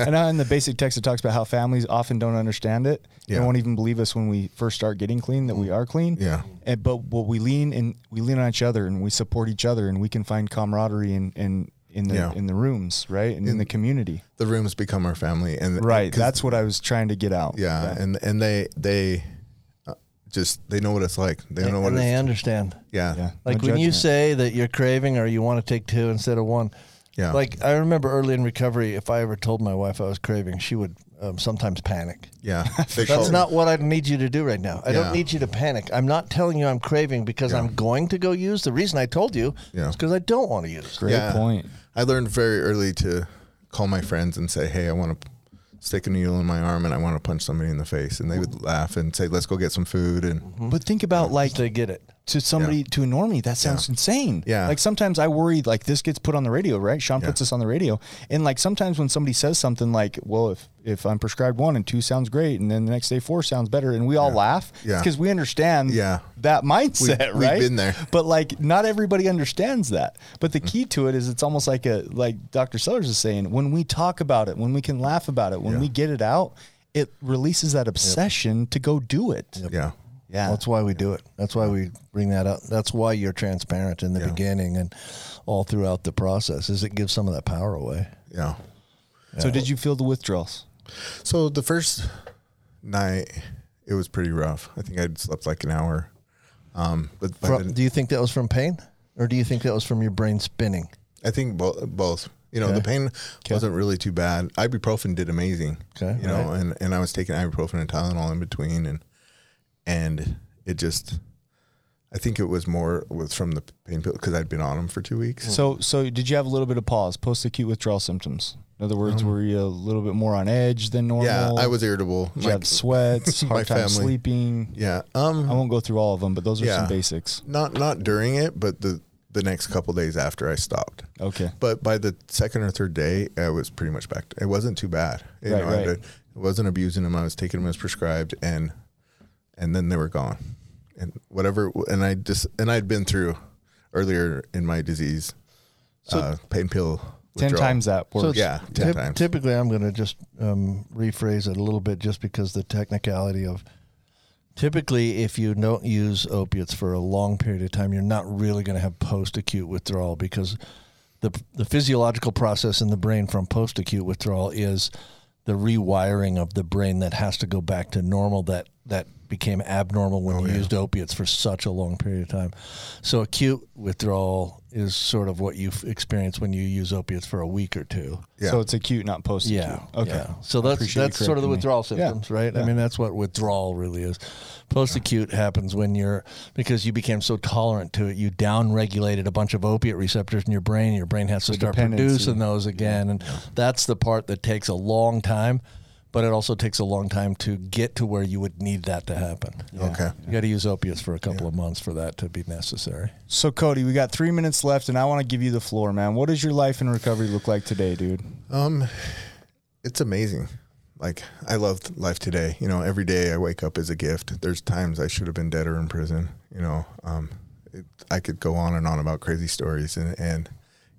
Speaker 5: I know in the basic text it talks about how families often don't understand it
Speaker 8: Yeah. Mm.
Speaker 5: and won't even believe us when we first start getting clean that we are clean.
Speaker 8: Yeah.
Speaker 5: And, but what we lean and we lean on each other and we support each other and we can find camaraderie in in in the
Speaker 8: Yeah.
Speaker 5: in the rooms right and in, the community.
Speaker 8: The rooms become our family. And
Speaker 5: Right.
Speaker 8: 'cause-
Speaker 5: That's what I was trying to get out.
Speaker 8: Yeah, and and they they uh, just they know what it's like. They
Speaker 6: And,
Speaker 8: know what
Speaker 6: and
Speaker 8: it's
Speaker 6: they understand.
Speaker 8: yeah.
Speaker 5: Yeah.
Speaker 6: Like
Speaker 5: No
Speaker 6: when you
Speaker 5: judgment.
Speaker 6: say that you're craving or you want to take two instead of one.
Speaker 8: Yeah.
Speaker 6: Like I remember early in recovery, if I ever told my wife I was craving, she would um, sometimes panic.
Speaker 8: yeah.
Speaker 6: That's not what I need you to do right now. I
Speaker 8: Yeah.
Speaker 6: don't need you to panic. I'm not telling you I'm craving because I'm going to go use. The reason I told you
Speaker 8: Yeah.
Speaker 6: is because I don't want to use.
Speaker 5: Great point.
Speaker 8: I learned very early to call my friends and say, "Hey, I want to stick a needle in my arm and I want to punch somebody in the face," and they would laugh and say, "Let's go get some food." And
Speaker 6: Mm-hmm.
Speaker 5: But think about like
Speaker 6: They get it.
Speaker 5: to somebody to a normie that sounds insane
Speaker 8: Yeah.
Speaker 5: like sometimes i worry like this gets put on the radio right sean puts this on the radio and like sometimes when somebody says something like well if if i'm prescribed one and two sounds great and then the next day four sounds better and we all laugh
Speaker 8: Yeah.
Speaker 5: because we understand
Speaker 8: Yeah.
Speaker 5: that mindset
Speaker 8: We've- we've
Speaker 5: right
Speaker 8: been there. Mm.
Speaker 5: but like not everybody understands that but the key to it is it's almost like a like dr sellers is saying when we talk about it when we can laugh about it when we get it out it releases that obsession to go do it
Speaker 8: yeah,
Speaker 5: yeah
Speaker 6: That's why we do it. That's why we bring that up. That's why you're transparent in the beginning and all throughout the process. Is it gives some of that power away?
Speaker 8: yeah.
Speaker 5: so did you feel the withdrawals
Speaker 8: So the first night it was pretty rough. I think I'd slept like an hour. Um, but by
Speaker 6: Fro-
Speaker 8: the-
Speaker 6: do you think that was from pain, or do you think that was from your brain spinning?
Speaker 8: I think both. Both. You know, the pain wasn't really too bad. Ibuprofen did amazing.
Speaker 6: Okay,
Speaker 8: You know, and and I was taking ibuprofen and Tylenol in between, and and it just, I think it was more was from the pain pill because I'd been on them for two weeks.
Speaker 5: So, so did you have a little bit of pause, post-acute withdrawal symptoms? In other words, were you a little bit more on edge than normal?
Speaker 8: Um, yeah, I was irritable.
Speaker 5: Did you
Speaker 8: My-
Speaker 5: have sweats,
Speaker 8: my
Speaker 5: hard time
Speaker 8: family.
Speaker 5: sleeping?
Speaker 8: Yeah.
Speaker 5: I
Speaker 8: Um.
Speaker 5: won't go through all of them, but those are
Speaker 8: Yeah.
Speaker 5: some basics.
Speaker 8: Not not during it, but the the next couple days after I stopped.
Speaker 5: Okay.
Speaker 8: But by the second or third day, I was pretty much back. It wasn't too bad. You
Speaker 5: Right,
Speaker 8: know, I,
Speaker 5: right.
Speaker 8: I wasn't abusing them. I was taking them as prescribed, and and then they were gone, and whatever. And I just and I'd been through earlier in my disease, uh, pain pill.
Speaker 5: Ten
Speaker 8: withdrawal.
Speaker 5: times that worse.
Speaker 8: yeah, ten
Speaker 6: Typ-
Speaker 8: times.
Speaker 6: Typically, I'm going to just um, rephrase it a little bit, just because the technicality of. Typically, if you don't use opiates for a long period of time, you're not really going to have post-acute withdrawal because the the physiological process in the brain from post-acute withdrawal is the rewiring of the brain that has to go back to normal that that became abnormal
Speaker 8: Oh,
Speaker 6: when you used opiates for such a long period of time. So acute withdrawal is sort of what you f- experience when you use opiates for a week or two.
Speaker 8: Yeah.
Speaker 5: So it's acute, not post-acute.
Speaker 6: Yeah.
Speaker 5: Okay.
Speaker 6: yeah. So that's
Speaker 5: appreciate you
Speaker 6: that's sort of the
Speaker 5: correcting me.
Speaker 6: withdrawal
Speaker 5: Yeah,
Speaker 6: symptoms, right? I mean, that's what withdrawal really is. Post acute happens when you're because you became so tolerant to it, you downregulated a bunch of opiate receptors in your brain. Your brain has to start
Speaker 5: dependency.
Speaker 6: producing those again, and that's the part that takes a long time. But it also takes a long time to get to where you would need that to happen.
Speaker 8: Okay.
Speaker 6: You got to use opiates for a couple of months for that to be necessary.
Speaker 5: So Cody, we got three minutes left, and I want to give you the floor, man. What does your life in recovery look like today, dude?
Speaker 8: Um, it's amazing. Like I love life today. You know, every day I wake up is a gift. There's times I should have been dead or in prison. You know, um, it, I could go on and on about crazy stories and and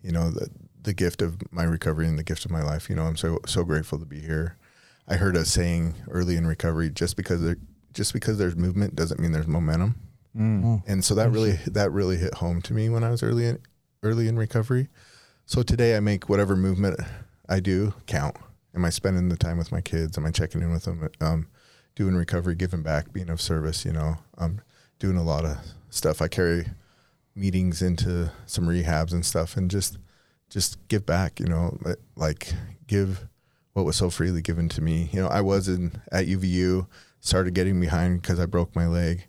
Speaker 8: you know the the gift of my recovery and the gift of my life. You know, I'm so so grateful to be here. I heard a saying early in recovery: just because there, just because there's movement doesn't mean there's momentum. And so that really that really hit home to me when I was early in early in recovery. So today I make whatever movement I do count. Am I spending the time with my kids? Am I checking in with them? Um, doing recovery, giving back, being of service. You know, I'm doing a lot of stuff. I carry meetings into some rehabs and stuff, and just just give back. You know, li- like give what was so freely given to me. You know, I was in at UVU, started getting behind because I broke my leg,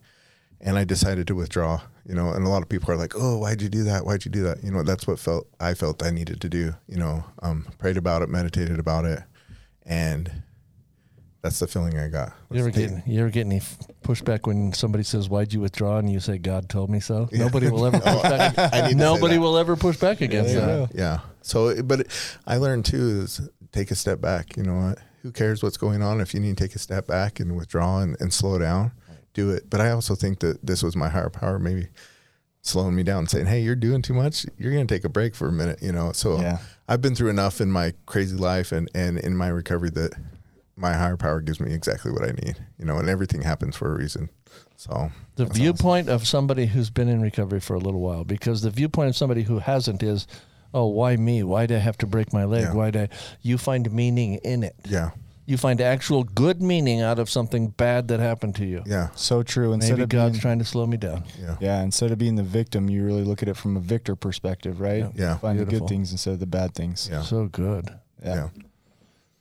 Speaker 8: and I decided to withdraw. You know, and a lot of people are like, "Oh, why'd you do that? Why'd you do that?" You know, that's what felt I felt I needed to do. You know, um, prayed about it, meditated about it, and that's the feeling I got.
Speaker 6: You ever get you ever get any f- pushback when somebody says why'd you withdraw and you say God told me so? Nobody will ever push back.
Speaker 8: Oh, I need to say
Speaker 6: Nobody
Speaker 8: that.
Speaker 6: will ever push back against that.
Speaker 8: Yeah. So, it- but it, I learned too is take a step back. You know what? Who cares what's going on? If you need to take a step back and withdraw and, and slow down, do it. But I also think that this was my higher power, maybe slowing me down, saying, "Hey, you're doing too much. You're going to take a break for a minute." You know. So
Speaker 5: Yeah.
Speaker 8: I've been through enough in my crazy life and and in my recovery that my higher power gives me exactly what I need. You know, and everything happens for a reason. So
Speaker 6: The viewpoint of somebody who's been in recovery for a little while, because the viewpoint of somebody who hasn't is, oh, why me? Why'd I have to break my leg?
Speaker 8: Yeah.
Speaker 6: Why'd I? You find meaning in it.
Speaker 8: yeah,
Speaker 6: You find actual good meaning out of something bad that happened to you.
Speaker 8: yeah,
Speaker 5: So true. Instead
Speaker 6: Maybe
Speaker 5: of
Speaker 6: God's
Speaker 5: being-
Speaker 6: trying to slow me down.
Speaker 8: yeah,
Speaker 5: Yeah, instead of being the victim, you really look at it from a victor perspective, right?
Speaker 8: Yeah.
Speaker 5: Find the
Speaker 6: Beautiful.
Speaker 5: good things instead of the bad things.
Speaker 8: Yeah.
Speaker 6: So good.
Speaker 5: Yeah.
Speaker 8: yeah.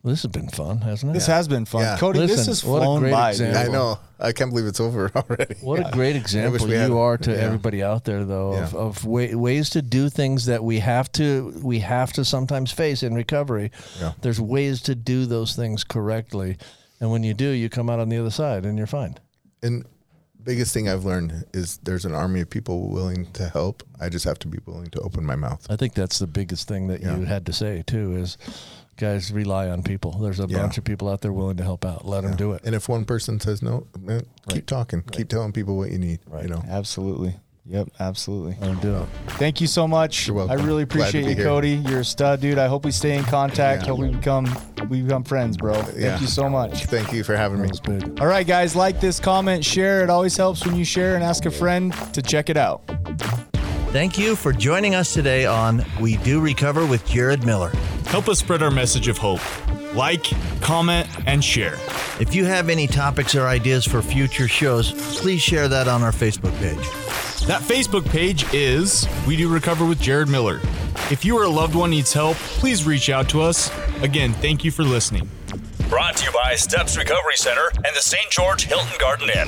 Speaker 6: Well, this has been fun, hasn't it?
Speaker 5: This has been fun.
Speaker 8: Yeah.
Speaker 5: Cody, this
Speaker 6: Listen,
Speaker 5: has
Speaker 6: what a
Speaker 5: flown
Speaker 6: great
Speaker 5: by.
Speaker 6: example.
Speaker 5: dude.
Speaker 8: I know. I can't believe it's over already.
Speaker 6: What a great example
Speaker 8: we
Speaker 6: you
Speaker 8: had-
Speaker 6: are to
Speaker 8: yeah.
Speaker 6: everybody out there, though, of,
Speaker 8: Yeah.
Speaker 6: of wa- ways to do things that we have to we have to sometimes face in recovery.
Speaker 8: Yeah.
Speaker 6: There's ways to do those things correctly, and when you do, you come out on the other side and you're fine.
Speaker 8: and biggest thing I've learned is there's an army of people willing to help. I just have to be willing to open my mouth.
Speaker 6: I think that's the biggest thing that you had to say too is, guys, rely on people. There's a
Speaker 8: Yeah.
Speaker 6: bunch of people out there willing to help out. Let them do it.
Speaker 8: And if one person says no, man, keep talking, keep telling people what you need. You know,
Speaker 5: Absolutely. Yep, absolutely.
Speaker 6: Let 'em do it.
Speaker 5: Thank you so much.
Speaker 8: You're welcome.
Speaker 5: I really
Speaker 8: Glad to
Speaker 5: appreciate
Speaker 8: be
Speaker 5: you,
Speaker 8: here.
Speaker 5: Cody. You're a stud, dude. I hope we stay in contact. Hope we become we become friends, bro.
Speaker 8: Yeah.
Speaker 5: Thank you so much.
Speaker 8: thank you for having me.
Speaker 6: It's big.
Speaker 5: All right, guys, like this, comment, share. It always helps when you share and ask a friend to check it out.
Speaker 2: Thank you for joining us today on We Do Recover with Jared Miller.
Speaker 3: Help us spread our message of hope. Like, comment, and share.
Speaker 2: If you have any topics or ideas for future shows, please share that on our Facebook page.
Speaker 3: That Facebook page is We Do Recover with Jared Miller. If you or a loved one needs help, please reach out to us. Again, thank you for listening.
Speaker 4: Brought to you by Steps Recovery Center and the St. George Hilton Garden Inn.